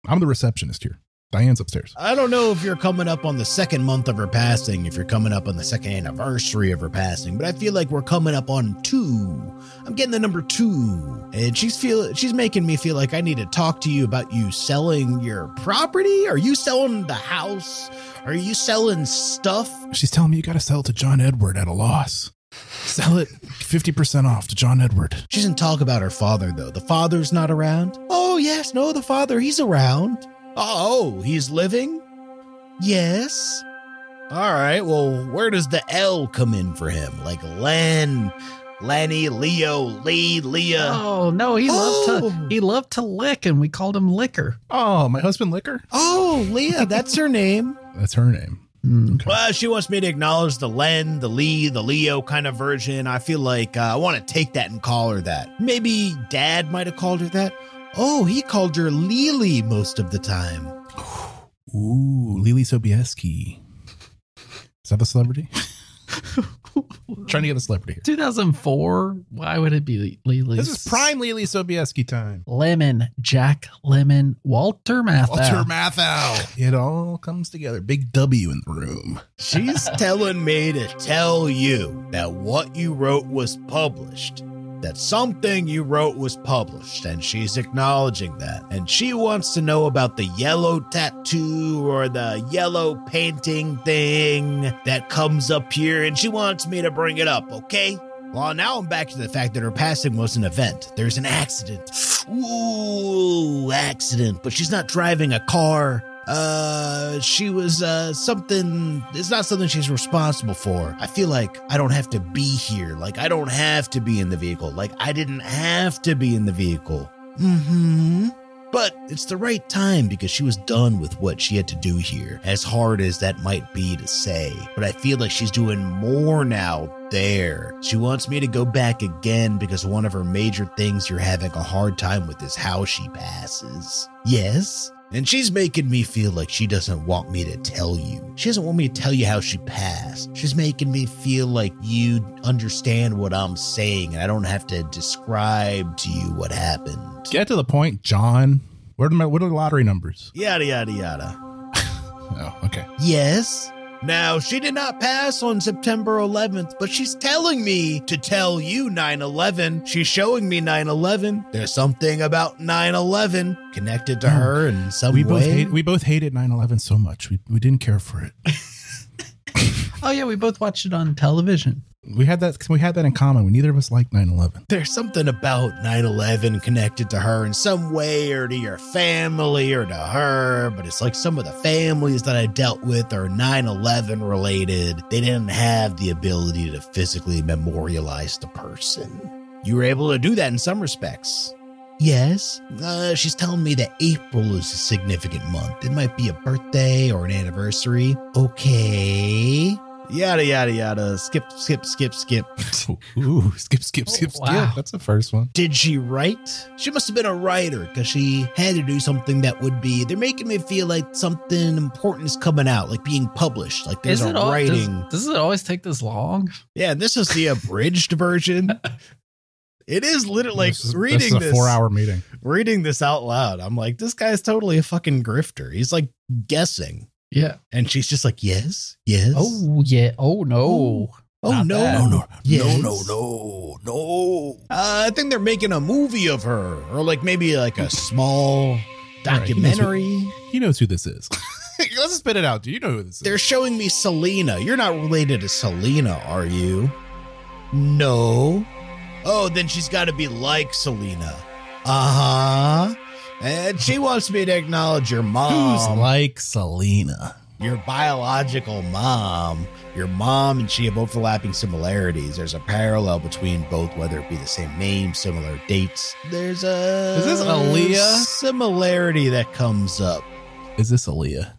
I'm the receptionist here. Diane's upstairs. I don't know if you're coming up on the second month of her passing, if you're coming up on the second anniversary of her passing, but I feel like we're coming up on two. I'm getting the number two, and she's feel she's making me feel like I need to talk to you about you selling your property. Are you selling the house? Are you selling stuff? She's telling me you got to sell it to John Edward at a loss. Sell it 50% off to John Edward. She doesn't talk about her father though. The father's not around. Oh yes, no, the father he's around. Oh, he's living. Yes. All right. Well, where does the L come in for him? Like Len, Lenny, Leo, Lee, Leah. Oh no, he loved Oh. to he loved to lick, and we called him liquor. Oh, my husband Liquor? Oh, Leah, that's her name. That's her name. Mm. Well, she wants me to acknowledge the Len, the Lee, the Leo kind of version. I feel like uh, I want to take that and call her that. Maybe Dad might have called her that. Oh, he called her Lily most of the time. Ooh, Lily Sobieski. Is that the celebrity? Trying to get a celebrity here. 2004. Why would it be Lily? This is prime Lily Sobieski time. Lemon, Jack Lemon, Walter Matthau. Walter Matthau. It all comes together. Big W in the room. She's telling me to tell you that what you wrote was published. That something you wrote was published, and she's acknowledging that. And she wants to know about the yellow tattoo or the yellow painting thing that comes up here, and she wants me to bring it up, okay? Well, now I'm back to the fact that her passing was an event. There's an accident. Ooh, accident. But she's not driving a car. Uh, she was, uh, something. It's not something she's responsible for. I feel like I don't have to be here. Like, I don't have to be in the vehicle. Like, I didn't have to be in the vehicle. Mm hmm. But it's the right time because she was done with what she had to do here, as hard as that might be to say. But I feel like she's doing more now there. She wants me to go back again because one of her major things you're having a hard time with is how she passes. Yes? And she's making me feel like she doesn't want me to tell you. She doesn't want me to tell you how she passed. She's making me feel like you understand what I'm saying and I don't have to describe to you what happened. Get to the point, John. What are, my, what are the lottery numbers? Yada, yada, yada. Oh, okay. Yes. Now, she did not pass on September 11th, but she's telling me to tell you 9 11. She's showing me 9 11. There's something about 9 11 connected to her in Hmm. Uh, some We way. both hate, we both hated 9/11 so much. We, we didn't care for it. Oh yeah, we both watched it on television. We had that. We had that in common. We neither of us liked 9/11. There's something about 9 11 connected to her in some way, or to your family, or to her. But it's like some of the families that I dealt with are 9 11 related. They didn't have the ability to physically memorialize the person. You were able to do that in some respects. Yes, uh, she's telling me that April is a significant month. It might be a birthday or an anniversary. Okay. Yada, yada, yada. Skip, skip, skip, skip. Ooh, skip, skip, skip, Oh, wow. skip. That's the first one. Did she write? She must have been a writer because she had to do something that would be. They're making me feel like something important is coming out, like being published, like there's Is a it all, does- writing. does it always take this long? yeah, this is the abridged version. It is literally like This is- this reading is a this, four-hour meeting. reading this out loud. I'm like, this guy's totally a fucking grifter. He's like guessing, Yeah. and she's just like, yes, yes. Oh yeah. Oh no. Oh Not no, bad. no, no, Yes. no, no, no, no! Uh, I think they're making a movie of her, or like maybe like a small right, he knows who- documentary. He knows who this is. Let's spit it out, dude. You know who this They're is. showing me Selena. You're not related to Selena, are you? No. Oh, then she's got to be like Selena. Uh huh. And she wants me to acknowledge your mom, like Selena? your biological mom. Your mom and she have overlapping similarities. There's a parallel between both, whether it be the same name, similar dates. There's a Is this Aaliyah? similarity that comes up. Is this Aaliyah?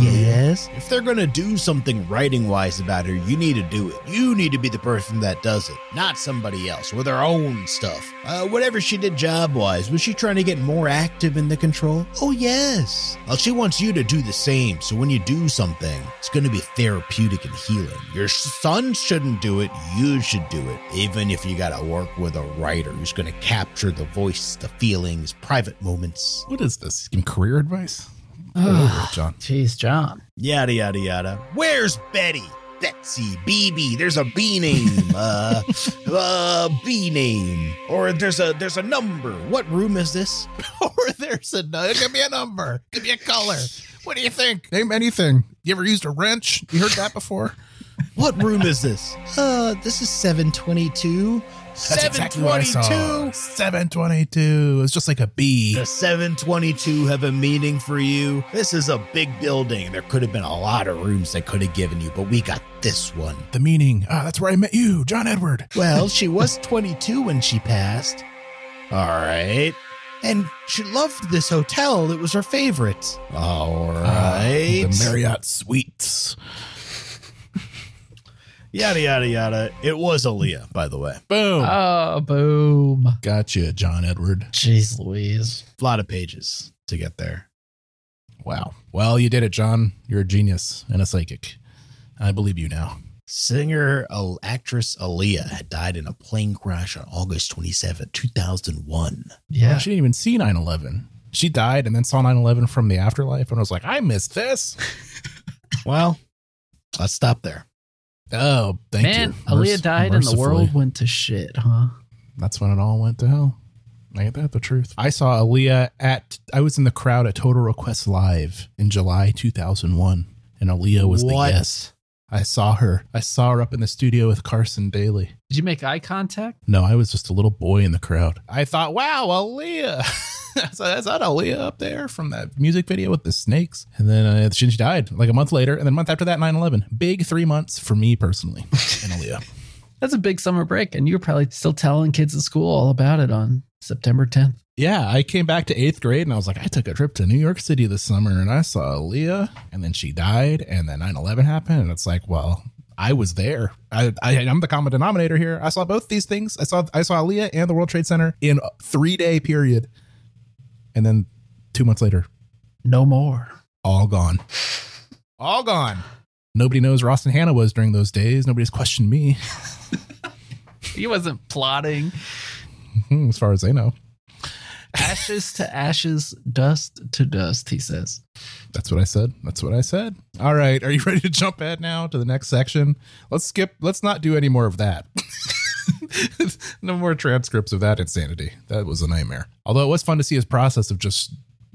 Yes. If they're going to do something writing wise about her, you need to do it. You need to be the person that does it, not somebody else with her own stuff. Uh, whatever she did job wise, was she trying to get more active in the control? Oh, yes. Well, she wants you to do the same. So when you do something, it's going to be therapeutic and healing. Your son shouldn't do it. You should do it. Even if you got to work with a writer who's going to capture the voice, the feelings, private moments. What is this? Give me career advice? Get over Ah, it, John. Jeez, John. yada yada yada. Where's Betty? Betsy, BB. There's a B name, uh, uh, B name, or there's a there's a number. What room is this? or there's a number. It could be a number. It could be a color. What do you think? Name anything. You ever used a wrench? You heard that before? What room is this? Uh, this is seven twenty two. Seven twenty two. 722. It's just like a B. Does 722 have a meaning for you? This is a big building. There could have been a lot of rooms they could have given you, but we got this one. The meaning. Ah, that's where I met you, John Edward. Well, she was 22 when she passed. All right. And she loved this hotel. It was her favorite. Uh, All Ah, right. the Marriott Suites. yada, yada, yada. It was Aaliyah, by the way. Boom. Oh, boom. gotcha, John Edward. Jeez Louise. A lot of pages to get there. Wow. Well, you did it, John. You're a genius and a psychic. I believe you now. Singer Al- actress Aaliyah had died in a plane crash on August 27, 2001. Yeah. Yeah. she didn't even see 9 11. She died and then saw 9 11 from the afterlife and was like, I missed this. Well, let's stop there. Oh, thank Man, you. Aaliyah Merc- died and mercifully. the world went to shit, huh? That's when it all went to hell. Ain't that the truth? I saw Aaliyah at, I was in the crowd at Total Request Live in July 2001, and Aaliyah was What? the guest. I saw her. I saw her up in the studio with Carson Daly. Did you make eye contact? No, I was just a little boy in the crowd. I thought, wow, Aaliyah. so that's not Aaliyah up there from that music video with the snakes. And then uh, she, she died like a month later. And then a month after that, 9 11. Big three months for me personally and Aaliyah. That's a big summer break, and you were probably still telling kids at school all about it on September 10th. Yeah, I came back to eighth grade and I was like, I took a trip to New York City this summer and I saw Aaliyah and then she died and then 9 11 happened. And it's like, well, I was there. I, I, I'm the common denominator here. I saw both these things. I saw I saw Aaliyah and the World Trade Center in a three day period. And then two months later, No more. all gone. All gone. Nobody knows Ross and Hannah was during those days. Nobody's questioned me, He wasn't plotting. as far as they know. Ashes to ashes, dust to dust, he says. That's what I said. That's what I said. All right. Are you ready to jump ahead now to the next section? Let's skip. Let's not do any more of that. no more transcripts of that insanity. That was a nightmare. Although it was fun to see his process of just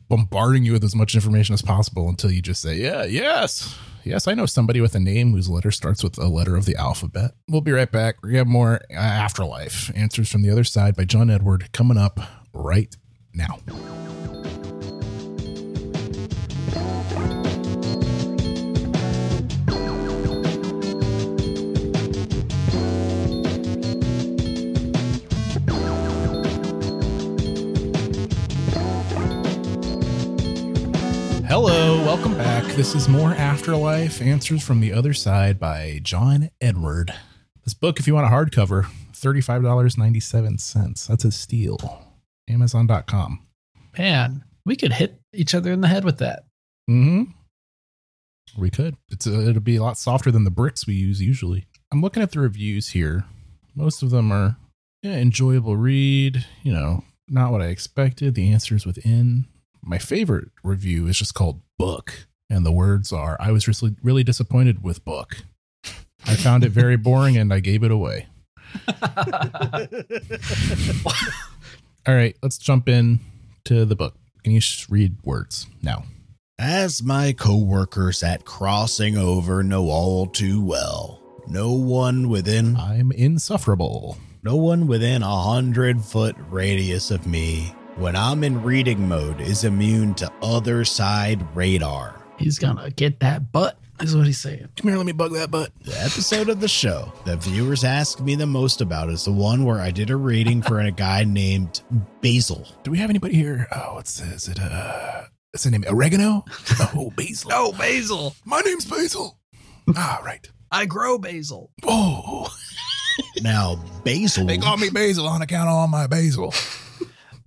bombarding you with as much information as possible until you just say, yeah, yes, Yes, I know somebody with a name whose letter starts with a letter of the alphabet. We'll be right back. We have more uh, Afterlife Answers from the Other Side by John Edward coming up right now. Hello, welcome back. This is more Afterlife Answers from the Other Side by John Edward. This book, if you want a hardcover, $35.97. That's a steal. Amazon.com. Man, we could hit each other in the head with that. hmm We could. It's a, it'll be a lot softer than the bricks we use usually. I'm looking at the reviews here. Most of them are yeah, enjoyable read. You know, not what I expected. The answers within. My favorite review is just called "book," and the words are, "I was really really disappointed with book. I found it very boring, and I gave it away." All right, let's jump in to the book. Can you sh- read words now? As my coworker sat crossing over know all too well, no one within I'm insufferable. no one within a hundred foot radius of me when I'm in reading mode is immune to other side radar. He's gonna get that butt, is what he's saying. Come here, let me bug that butt. The episode of the show that viewers ask me the most about is the one where I did a reading for a guy named Basil. Do we have anybody here? Oh, what's is it? Uh, is the name oregano? Oh, basil. Oh, basil. my name's Basil. ah, right. I grow basil. Whoa, Now, Basil they call me Basil on account of all my basil.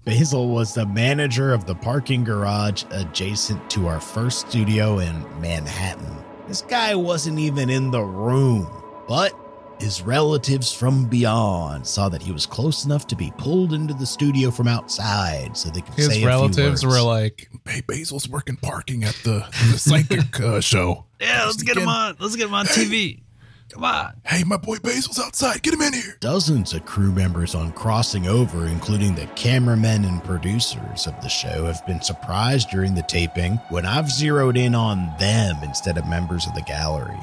Basil was the manager of the parking garage adjacent to our first studio in Manhattan. This guy wasn't even in the room, but his relatives from beyond saw that he was close enough to be pulled into the studio from outside so they could say a His few relatives words. were like, "Hey, Basil's working parking at the, the psychic uh, show. Yeah, let's get him on. Let's get him on TV. Come on. Hey, my boy Basil's outside. Get him in here." Dozens of crew members on Crossing Over, including the cameramen and producers of the show, have been surprised during the taping when I've zeroed in on them instead of members of the gallery.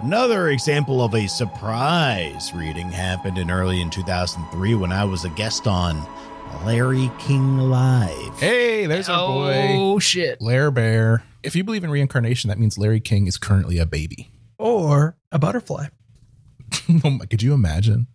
Another example of a surprise reading happened in early in 2003 when I was a guest on Larry King Live. Hey, there's our boy Oh shit. Lair Bear. If you believe in reincarnation, that means Larry King is currently a baby. Or a butterfly. Oh my- Could you imagine?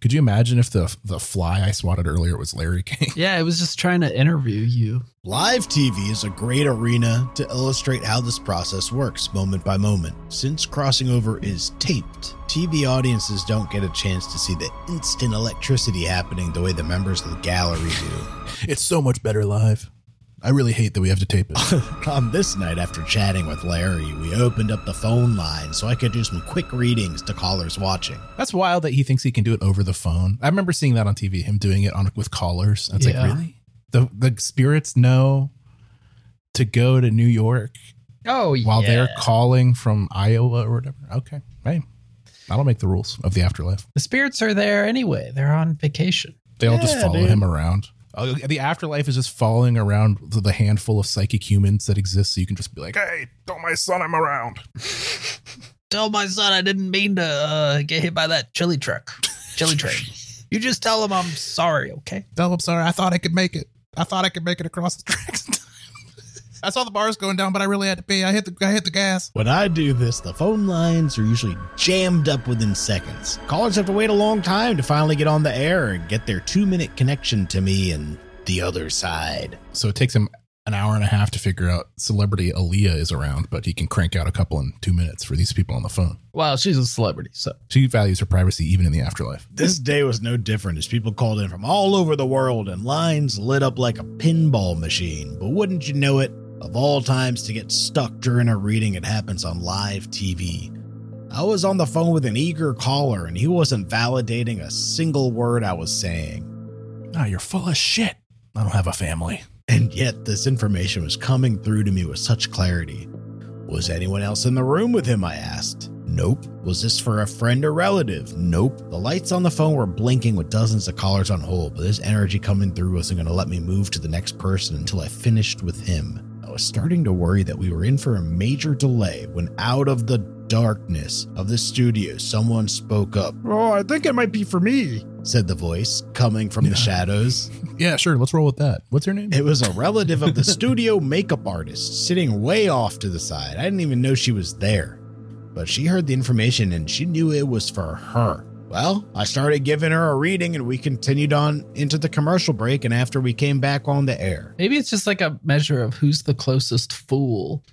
Could you imagine if the the fly I swatted earlier was Larry King? Yeah, I was just trying to interview you. Live TV is a great arena to illustrate how this process works moment by moment. Since crossing over is taped, TV audiences don't get a chance to see the instant electricity happening the way the members of the gallery do. It's so much better live. I really hate that we have to tape it. On this night, after chatting with Larry, we opened up the phone line so I could do some quick readings to callers watching. That's wild that he thinks he can do it over the phone. I remember seeing that on TV, him doing it on with callers. It's Yeah. like, really? The the spirits know to go to New York Oh yeah. while they're calling from Iowa or whatever. Okay. Hey. That'll make the rules of the afterlife. the spirits are there anyway. They're on vacation. They all just Yeah, follow dude. him around. Oh, The afterlife is just following around the- the handful of psychic humans that exist. So you can just be like, hey, tell my son I'm around. Tell my son I didn't mean to uh, get hit by that chili truck. Chili train. you just tell him I'm sorry, okay? No, I'm sorry. I thought I could make it. I thought I could make it across the tracks. in time. I saw the bars going down, but I really had to pee. I hit the I hit the gas. When I do this, the phone lines are usually jammed up within seconds. Callers have to wait a long time to finally get on the air and get their two minute connection to me and the other side. So it takes him an hour and a half to figure out celebrity Aaliyah is around, but he can crank out a couple in two minutes for these people on the phone. Well, she's a celebrity, so She values her privacy even in the afterlife. This day was no different as people called in from all over the world and lines lit up like a pinball machine. But wouldn't you know it, of all times to get stuck during a reading, it happens on live TV. I was on the phone with an eager caller and he wasn't validating a single word I was saying. Ah, you're full of shit. I don't have a family. And yet, this information was coming through to me with such clarity. Was anyone else in the room with him? I asked. Nope. Was this for a friend or relative? Nope. The lights on the phone were blinking with dozens of callers on hold, but this energy coming through wasn't going to let me move to the next person until I finished with him. I was starting to worry that we were in for a major delay when, out of the darkness of the studio, someone spoke up. Oh, I think it might be for me, said the voice coming from Yeah. the shadows. Yeah, sure. Let's roll with that. What's her name? It was a relative of the studio makeup artist sitting way off to the side. I didn't even know she was there. But she heard the information and she knew it was for her. Well, I started giving her a reading and we continued on into the commercial break and after we came back on the air. Maybe it's just like a measure of who's the closest fool.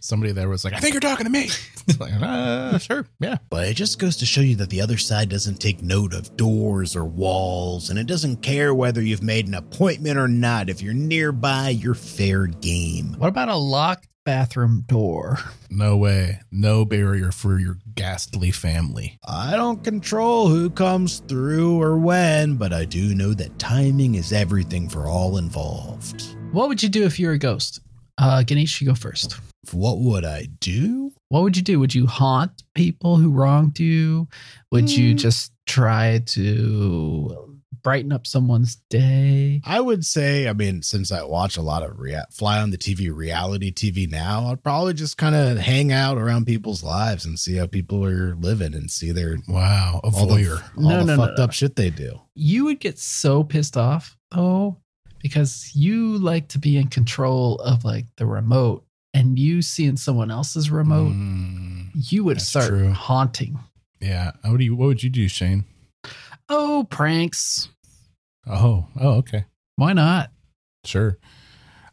Somebody there was like, I think you're talking to me. It's like, uh, sure. Yeah. But it just goes to show you that the other side doesn't take note of doors or walls and it doesn't care whether you've made an appointment or not. If you're nearby, you're fair game. What about a locked bathroom door? No way. No barrier for your ghastly family. I don't control who comes through or when, but I do know that timing is everything for all involved. What would you do if you were a ghost? Uh, Ganesh, you go first. What would I do? What would you do? Would you haunt people who wronged you? Would you Hmm. just try to brighten up someone's day? I would say, I mean, since I watch a lot of rea- fly on the TV, reality TV now, I'd probably just kind of hang out around people's lives and see how people are living and see their Wow. A all the, voyeur. all No, the no, no, fucked up shit they do. You would get so pissed off though, because you like to be in control of like the remote and you seeing someone else's remote, Mm, you would that's start true. haunting. yeah. How do you, what would you do, Shane? Oh, pranks. Oh, oh, okay. Why not? Sure.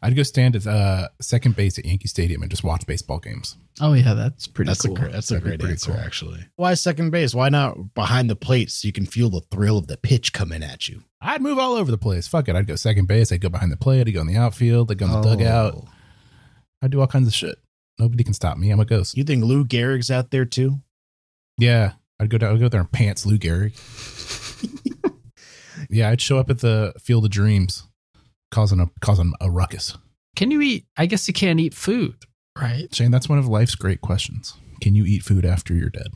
I'd go stand at uh, second base at Yankee Stadium and just watch baseball games. Oh yeah, that's pretty That's cool. a great, that's a That'd be great pretty answer, cool. actually. Why second base? Why not behind the plate so you can feel the thrill of the pitch coming at you? I'd move all over the place. Fuck it. I'd go second base. I'd go behind the plate. I'd go in the outfield. I'd go in the dugout. Oh. I'd do all kinds of shit. Nobody can stop me. I'm a ghost. You think Lou Gehrig's out there too? Yeah, I'd go down. I'd go there and pants Lou Gehrig. yeah, I'd show up at the Field of Dreams, causing a causing a ruckus. Can you eat? I guess you can't eat food, right? Shane, that's one of life's great questions. Can you eat food after you're dead?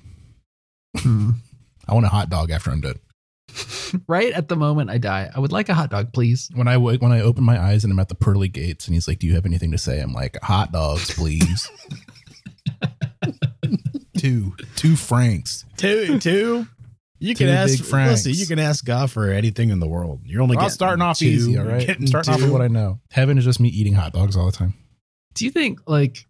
Hmm. I want a hot dog after I'm dead. right at the moment I die, I would like a hot dog, please. When I wake, when I open my eyes and I'm at the pearly gates, and he's like, "Do you have anything to say?" I'm like, "Hot dogs, please." two, two francs. Two, two. You can Two ask. big Franks. Listen, you can ask God for anything in the world. You're only I'm getting starting off two, easy, all right? getting I'm starting off two. with what I know. Heaven is just me eating hot dogs all the time. Do you think like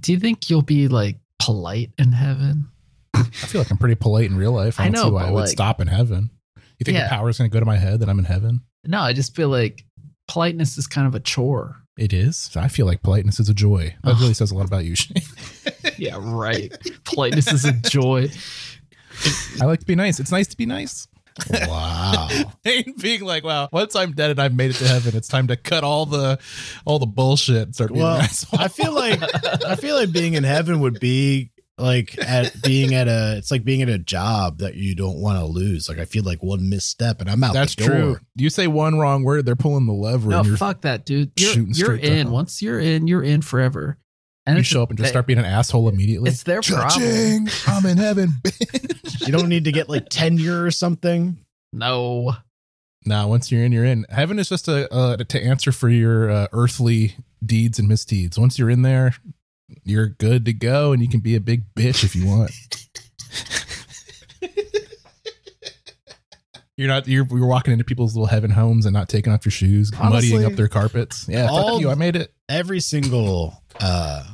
do you think you'll be like polite in heaven? I feel like I'm pretty polite in real life. I I don't know, see why but I would like- stop in heaven. You think Yeah. the power is going to go to my head that I'm in heaven? No, I just feel like politeness is kind of a chore. It is. I feel like politeness is a joy. That Ugh. really says a lot about you, Shane. Yeah, right. politeness is a joy. I like to be nice. It's nice to be nice. Wow. Ain't being like, wow, once I'm dead and I've made it to heaven, it's time to cut all the all the bullshit and start being Well, an asshole. I feel like I feel like being in heaven would be like at being at a. It's like being at a job that you don't want to lose. Like I feel like one misstep and I'm out. That's the door. true. You say one wrong word, they're pulling the lever No, and you're, fuck that, dude. You're, shooting you're straight to in. hell. Once you're in, you're in forever. And you it's- show up and just start being an asshole immediately. It's their problem. Cha-ching! I'm in heaven. You don't need to get like tenure or something. No. Nah, once you're in, you're in. Heaven is just a uh, to answer for your uh, earthly deeds and misdeeds. Once you're in there, you're good to go, and you can be a big bitch if you want. you're not you're, you're walking into people's little heaven homes and not taking off your shoes, muddying Honestly, up their carpets. Yeah, fuck all- you. I made it. Every single uh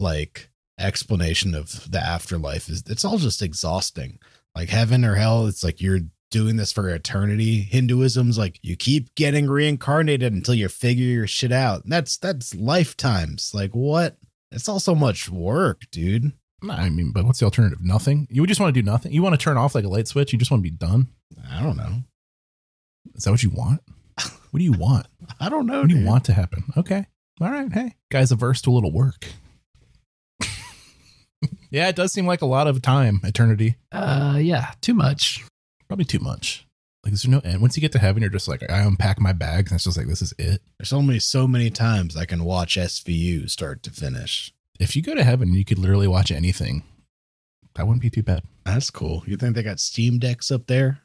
like explanation of the afterlife is it's all just exhausting. Like heaven or hell, it's like you're doing this for eternity. Hinduism's like you keep getting reincarnated until you figure your shit out. And that's that's lifetimes. Like what? It's all so much work, dude. Nah, I mean, but what's the alternative? Nothing. You just want to do nothing. You want to turn off like a light switch. You just want to be done. I don't know. Is that what you want? What do you want? I don't know. What do you dude. want to happen? Okay. All right. Hey, guys, averse to a little work. yeah, it does seem like a lot of time, eternity. Uh yeah, too much. Probably too much. Like, there's no end. Once you get to heaven, you're just like, I unpack my bags, and it's just like, this is it. There's only so many times I can watch SVU start to finish. If you go to heaven and you could literally watch anything, that wouldn't be too bad. That's cool. You think they got Steam Decks up there?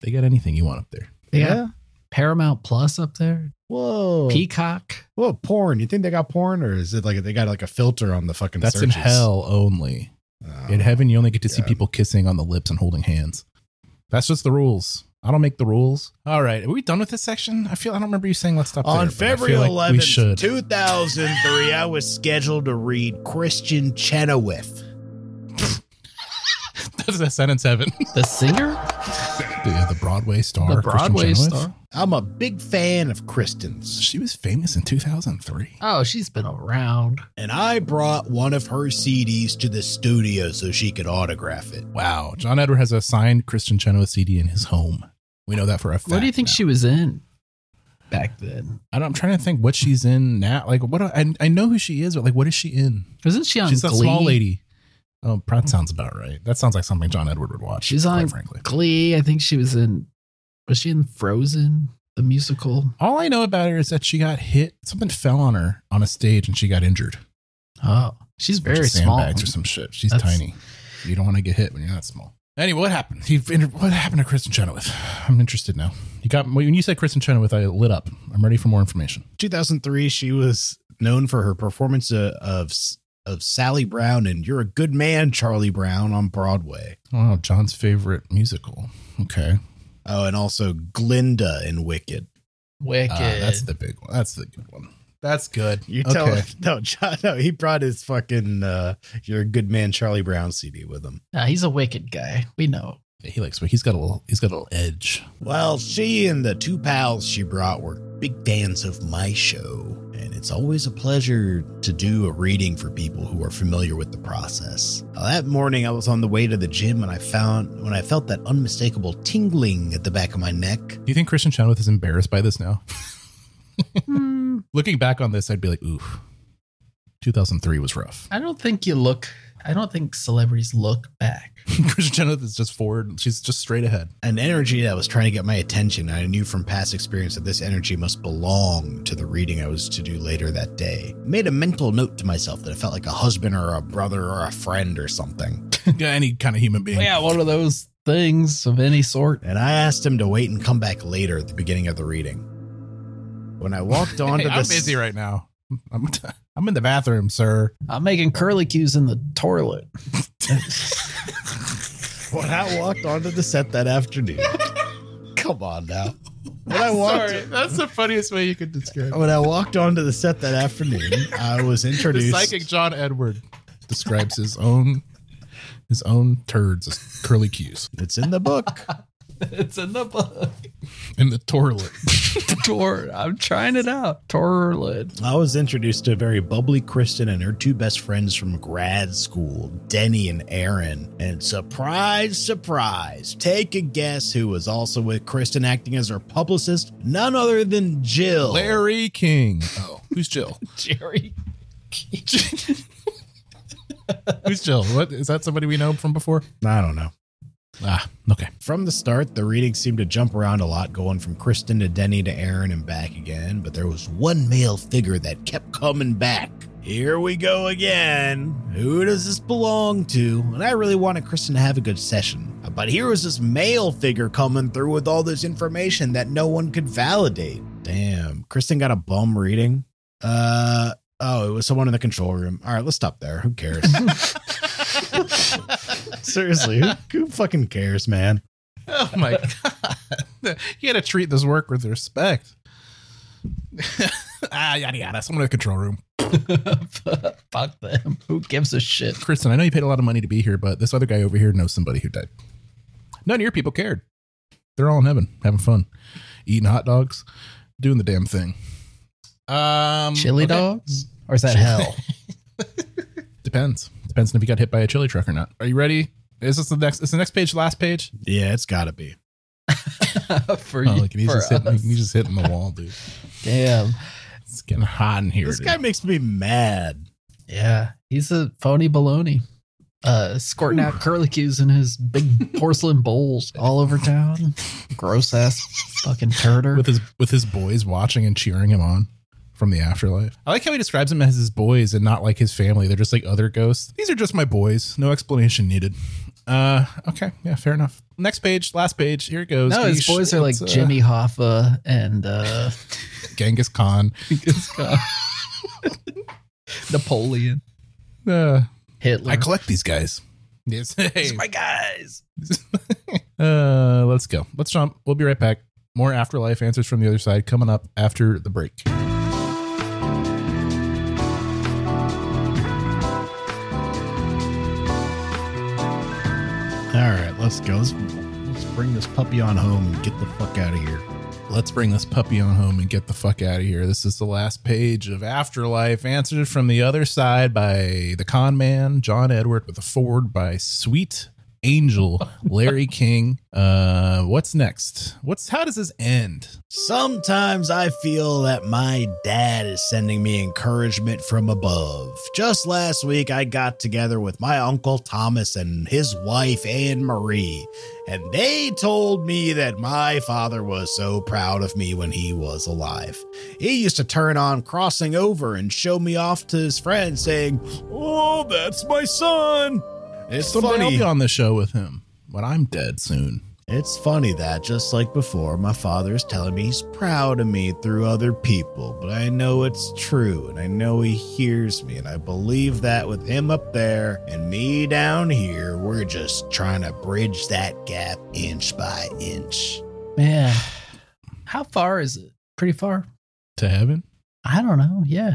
They got anything you want up there. They got Paramount Plus up there. Whoa. Peacock. Whoa, porn. You think they got porn or is it like they got like a filter on the fucking That's in searches? hell only. Oh. In heaven, you only get to see Yeah. people kissing on the lips and holding hands. That's just the rules. I don't make the rules. All right. Are we done with this section? I feel I don't remember you saying let's stop there, On but I feel February like we 11th, should. 2003, I was scheduled to read Christian Chenoweth. That's a sentence heaven. The singer? the, the Broadway star. The Kristen Broadway Chenoweth. star? I'm a big fan of Kristen's, She was famous in 2003. Oh, she's been around. and I brought one of her CDs to the studio so she could autograph it. Wow. John Edward has a signed Christian Chenoweth CD in his home. We know that for a fact. What do you think now. she was in back then? I don't, I'm trying to think what she's in now. Like, what? I, I know who she is, but like, what is she in? Wasn't she on She's that Glee? small lady. Oh, that sounds about right. That sounds like something John Edward would watch. She's quite on frankly. Glee. I think she was in. Was she in Frozen, the musical? All I know about her is that she got hit. Something fell on her on a stage, and she got injured. Oh, she's A bunch very of small. Sandbags or some shit. She's That's- tiny. You don't want to get hit when you're that small. Anyway, what happened? He inter- what happened to Kristen Chenoweth? I'm interested now. You got when you said Kristen Chenoweth, I lit up. I'm ready for more information. 2003, she was known for her performance of, of of Sally Brown and You're a Good Man, Charlie Brown on Broadway. Oh, John's favorite musical. Okay, Oh, and also Glinda in Wicked. Wicked. Ah, that's the big one. That's the good one. That's good. You Okay. tell no, John, no, he brought his fucking uh, You're a Good Man, Charlie Brown CD with him. Nah, he's a wicked guy. We know. Yeah, he likes. He's got a little. He's got a little edge. Well, she and the two pals she brought were big fans of my show, and it's always a pleasure to do a reading for people who are familiar with the process. Now, that morning, I was on the way to the gym, and I found when I felt that unmistakable tingling at the back of my neck. Do you think Christian Chenoweth is embarrassed by this now? Looking back on this, I'd be like, oof. 2003 was rough. I don't think you look. I don't think celebrities look back. Christian Chenoweth is just forward. She's just straight ahead. An energy that was trying to get my attention. and I knew from past experience that this energy must belong to the reading I was to do later that day. Made a mental note to myself that I felt like a husband or a brother or a friend or something. yeah, any kind of human being. Yeah, one of those things of any sort. and I asked him to wait and come back later at the beginning of the reading. When I walked onto Hey, the I'm busy right now. I'm, I'm in the bathroom, sir. I'm making curlicues in the toilet. when I walked onto the set that afternoon. come on now. When I walked that's the funniest way you could describe when I walked onto the set that afternoon, I was The introduced psychic John Edward describes his own his own turds as curly cues It's in the book. it's in the book. in the toilet. Tor- I'm trying it out. Toilet. I was introduced to a very bubbly Kristen and her two best friends from grad school, Denny and Aaron. And surprise, surprise, take a guess who was also with Kristen acting as her publicist? None other than Jill. Larry King. Oh, who's Jill? Jerry. Who's Jill? What is that? Somebody we know from before? I don't know. Ah, okay. From the start, the readings seemed to jump around a lot, going from Kristen to Denny to Aaron and back again, but there was one male figure that kept coming back. Here we go again. Who does this belong to? And I really wanted Kristen to have a good session. But here was this male figure coming through with all this information that no one could validate. Damn, Kristen got a bum reading. Uh, oh, it was someone in the control room. All right, let's stop there. Who cares? Seriously, who, who fucking cares, man? Oh my god! You got to treat this work with respect. ah, yada yada. Someone in the control room. Fuck them. Who gives a shit? Kristen, I know you paid a lot of money to be here, but this other guy over here knows somebody who died. None of your people cared. They're all in heaven, having fun, eating hot dogs, doing the damn thing. Um, Chili okay. dogs? Or is that Chili- hell? Depends. Depends on if you got hit by a chili truck or not. Are you ready? Is this the next? Is the next page the last page? Yeah, it's got to be. for Oh, you. look, he's for just hitting, us. he's just hitting the wall, dude. Damn. It's getting hot in here. This dude. guy makes me mad. Yeah. He's a phony baloney. Uh, squirting out curlicues in his big porcelain bowls all over town. Gross ass fucking turder. with his with his boys watching and cheering him on from the afterlife. I like how he describes him as his boys and not like his family. They're just like other ghosts. These are just my boys. No explanation needed. Uh, okay, yeah, fair enough. Next page, last page. Here it goes. No, his Eesh, boys are like it's, uh, Jimmy Hoffa and uh, Genghis Khan. it's got- Napoleon, Uh, Hitler. I collect these guys. Yes. These are my guys. uh, let's go. Let's jump. We'll be right back. More afterlife answers from the other side coming up after the break. All right, let's go. Let's, let's bring this puppy on home and get the fuck out of here. Let's bring this puppy on home and get the fuck out of here. This is the last page of Afterlife, answered from the other side by the con man, John Edward, with a forward by Sweet Angel, Larry King. Uh, what's next? What's how does this end? Sometimes I feel that my dad is sending me encouragement from above. Just last week, I got together with my uncle Thomas and his wife Anne Marie, and they told me that my father was so proud of me when he was alive. He used to turn on crossing over and show me off to his friends, saying, Oh, that's my son. It's Someday I'll funny. be on the show with him when I'm dead soon. It's funny that, just like before, my father is telling me he's proud of me through other people, but I know it's true, and I know he hears me, and I believe that with him up there and me down here, we're just trying to bridge that gap inch by inch. Man, how far is it? Pretty far. To heaven? I don't know. Yeah,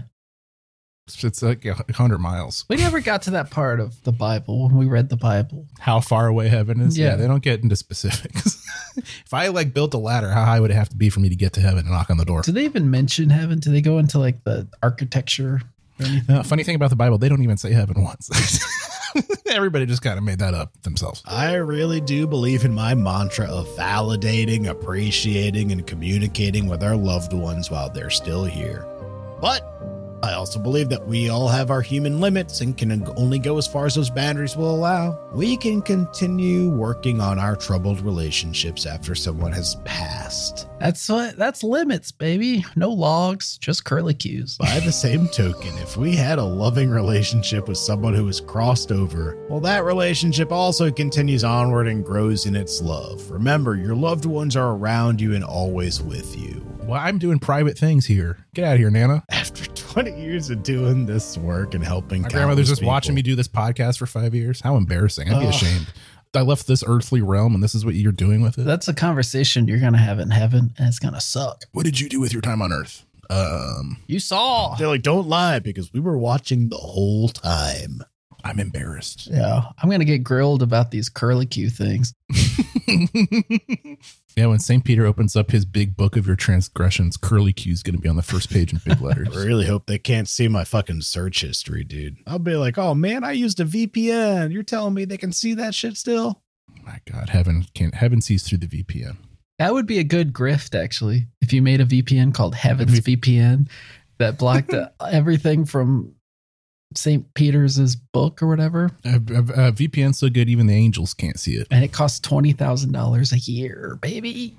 It's- It's like a hundred miles. we never got to that part of the Bible when we read the Bible. How far away heaven is? Yeah, Yeah. they don't get into specifics. if I like built a ladder, how high would it have to be for me to get to heaven and knock on the door? Do they even mention heaven? Do they go into like the architecture? Or anything? Uh, funny thing about the Bible, they don't even say heaven once. Everybody just kind of made that up themselves. I really do believe in my mantra of validating, appreciating, and communicating with our loved ones while they're still here. But I also believe that we all have our human limits and can only go as far as those boundaries will allow. We can continue working on our troubled relationships after someone has passed. That's what. That's limits, baby. No logs, just curlicues. By the same token, if we had a loving relationship with someone who has crossed over, well, that relationship also continues onward and grows in its love. Remember, your loved ones are around you and always with you. Well, I'm doing private things here. Get out of here, Nana. After 20 years of doing this work and helping, My grandmother's countless just watching me people- do this podcast for five years. How embarrassing. I'd be Ugh. ashamed. I left this earthly realm and this is what you're doing with it. That's a conversation you're gonna have in heaven, and it's gonna suck. what did you do with your time on earth? Um, You saw. They're like, don't lie because we were watching the whole time. I'm embarrassed. Yeah, I'm gonna get grilled about these curlicue things. yeah, when St. Peter opens up his big book of your transgressions, curly Q is going to be on the first page in big letters. I really hope they can't see my fucking search history, dude. I'll be like, oh man, I used a VPN. You're telling me they can see that shit still? My God, heaven can not heaven sees through the VPN. That would be a good grift, actually, if you made a VPN called Heaven's VPN that blocked uh, everything from St. Peter's book or whatever, Uh, uh, VPN's so good, even the angels can't see it. and it costs twenty thousand dollars a year, baby.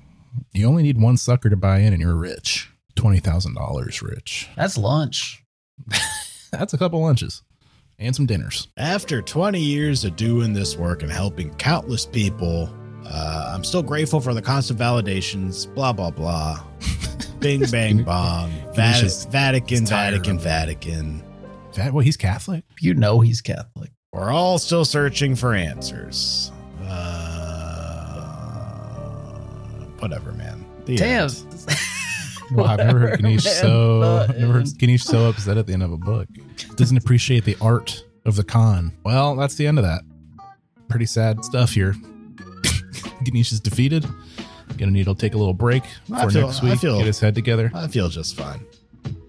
You only need one sucker to buy in, and you're rich. Twenty thousand dollars rich. That's lunch. That's a couple lunches and some dinners. After 20 years of doing this work and helping countless people, uh, I'm still grateful for the constant validations, blah, blah, blah. Bing, bang, bong. Felicia's- Vati- Vatican, he's tired Vatican, of it. Vatican. That well, he's Catholic. You know he's Catholic. We're all still searching for answers. Uh, whatever, man. The Damn. end. Well, I've never heard Whatever, Ganesh man, so the I've never heard end. Ganesh so upset at the end of a book. Doesn't appreciate the art of the con. Well, that's the end of that. Pretty sad stuff here. Ganesh is defeated. Gonna need to take a little break I for feel- next I week. feel- Get his head together. I feel just fine.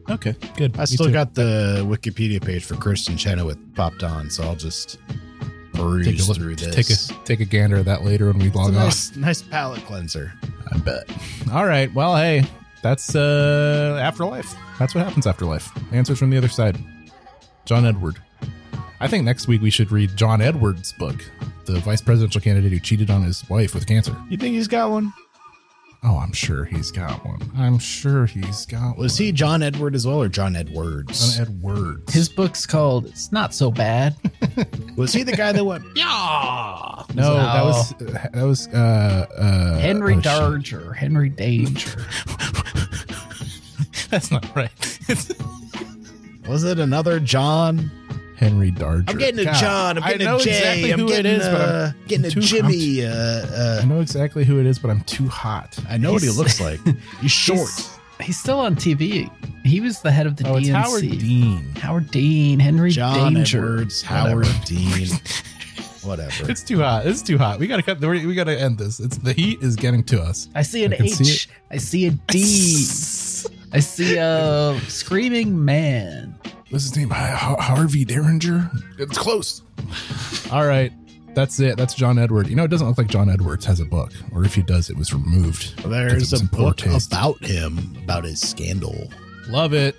Okay, good. I Me still too. got the Wikipedia page for Christian Chenoweth popped on, so I'll just peruse take a through look. this. Take a take a gander at that later when we It's a log off. nice, nice palate cleanser. I bet. All right. Well, hey, that's uh afterlife. That's what happens afterlife. Answers from the other side. John Edward. I think next week we should read John Edwards' book, the vice presidential candidate who cheated on his wife with cancer. You think he's got one? Oh, I'm sure he's got one. I'm sure he's got Was he one. John Edward as well, or John Edwards? John Edwards? His book's called It's Not So Bad. was he the guy that went? Yeah. no, No. that was that was uh, uh Henry oh, shit. Darger. Henry Danger. That's not right. It's Was it another John? Henry Darger. I'm getting a God, John. I'm I getting know a Jay. exactly I'm who getting it is, a, but I'm getting a too- I'm Jimmy. Uh, I uh, know exactly who it is, but I'm too hot. I know what he He's- looks like. He's short. He's, he's still on TV. He was the head of the oh, DNC. it's Howard Dean. Howard Dean, Henry John Danger. Edwards, Howard Whatever. Dean. Whatever. It's too hot. It's too hot. We gotta cut. We gotta end this. It's the heat is getting to us. I see an I H. I can see it. see a D. I see a screaming man. What's his name? Har- Har- Harvey Derringer. It's close. All right, that's it. That's John Edward. You know, it doesn't look like John Edwards has a book, or if he does, it was removed. There's it's a in poor book taste. about him, about his scandal. Love it.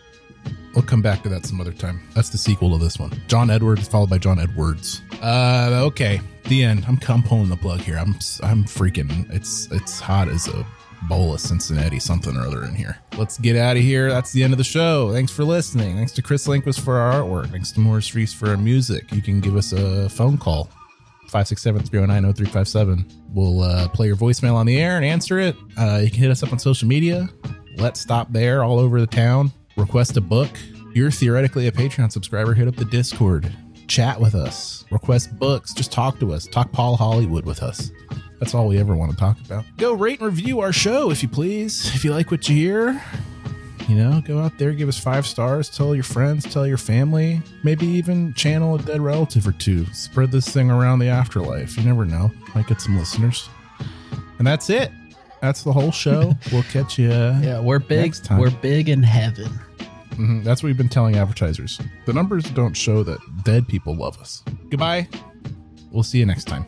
We'll come back to that some other time. That's the sequel to this one. John Edwards followed by John Edwards. Uh, okay. The end. I'm, I'm pulling the plug here. I'm I'm freaking. It's it's hot as a bowl of Cincinnati something or other in here. Let's get out of here. That's the end of the show. Thanks for listening. Thanks to Chris Linquist for our artwork. Thanks to Morris Reese for our music. You can give us a phone call 567-309-0357. We'll uh, play your voicemail on the air and answer it. Uh, you can hit us up on social media. Let's stop there all over the town. Request a book. You're theoretically a Patreon subscriber. Hit up the Discord. Chat with us. Request books. Just talk to us. Talk Paul Hollywood with us. That's all we ever want to talk about. Go rate and review our show if you please. If you like what you hear, you know, go out there, give us five stars, tell your friends, tell your family, maybe even channel a dead relative or two. Spread this thing around the afterlife. You never know. Might get some listeners. And that's it. That's the whole show. we'll catch you. Yeah, we're big. Next time. We're big in heaven. Mhm, That's what we've been telling advertisers. The numbers don't show that dead people love us. Goodbye. We'll see you next time.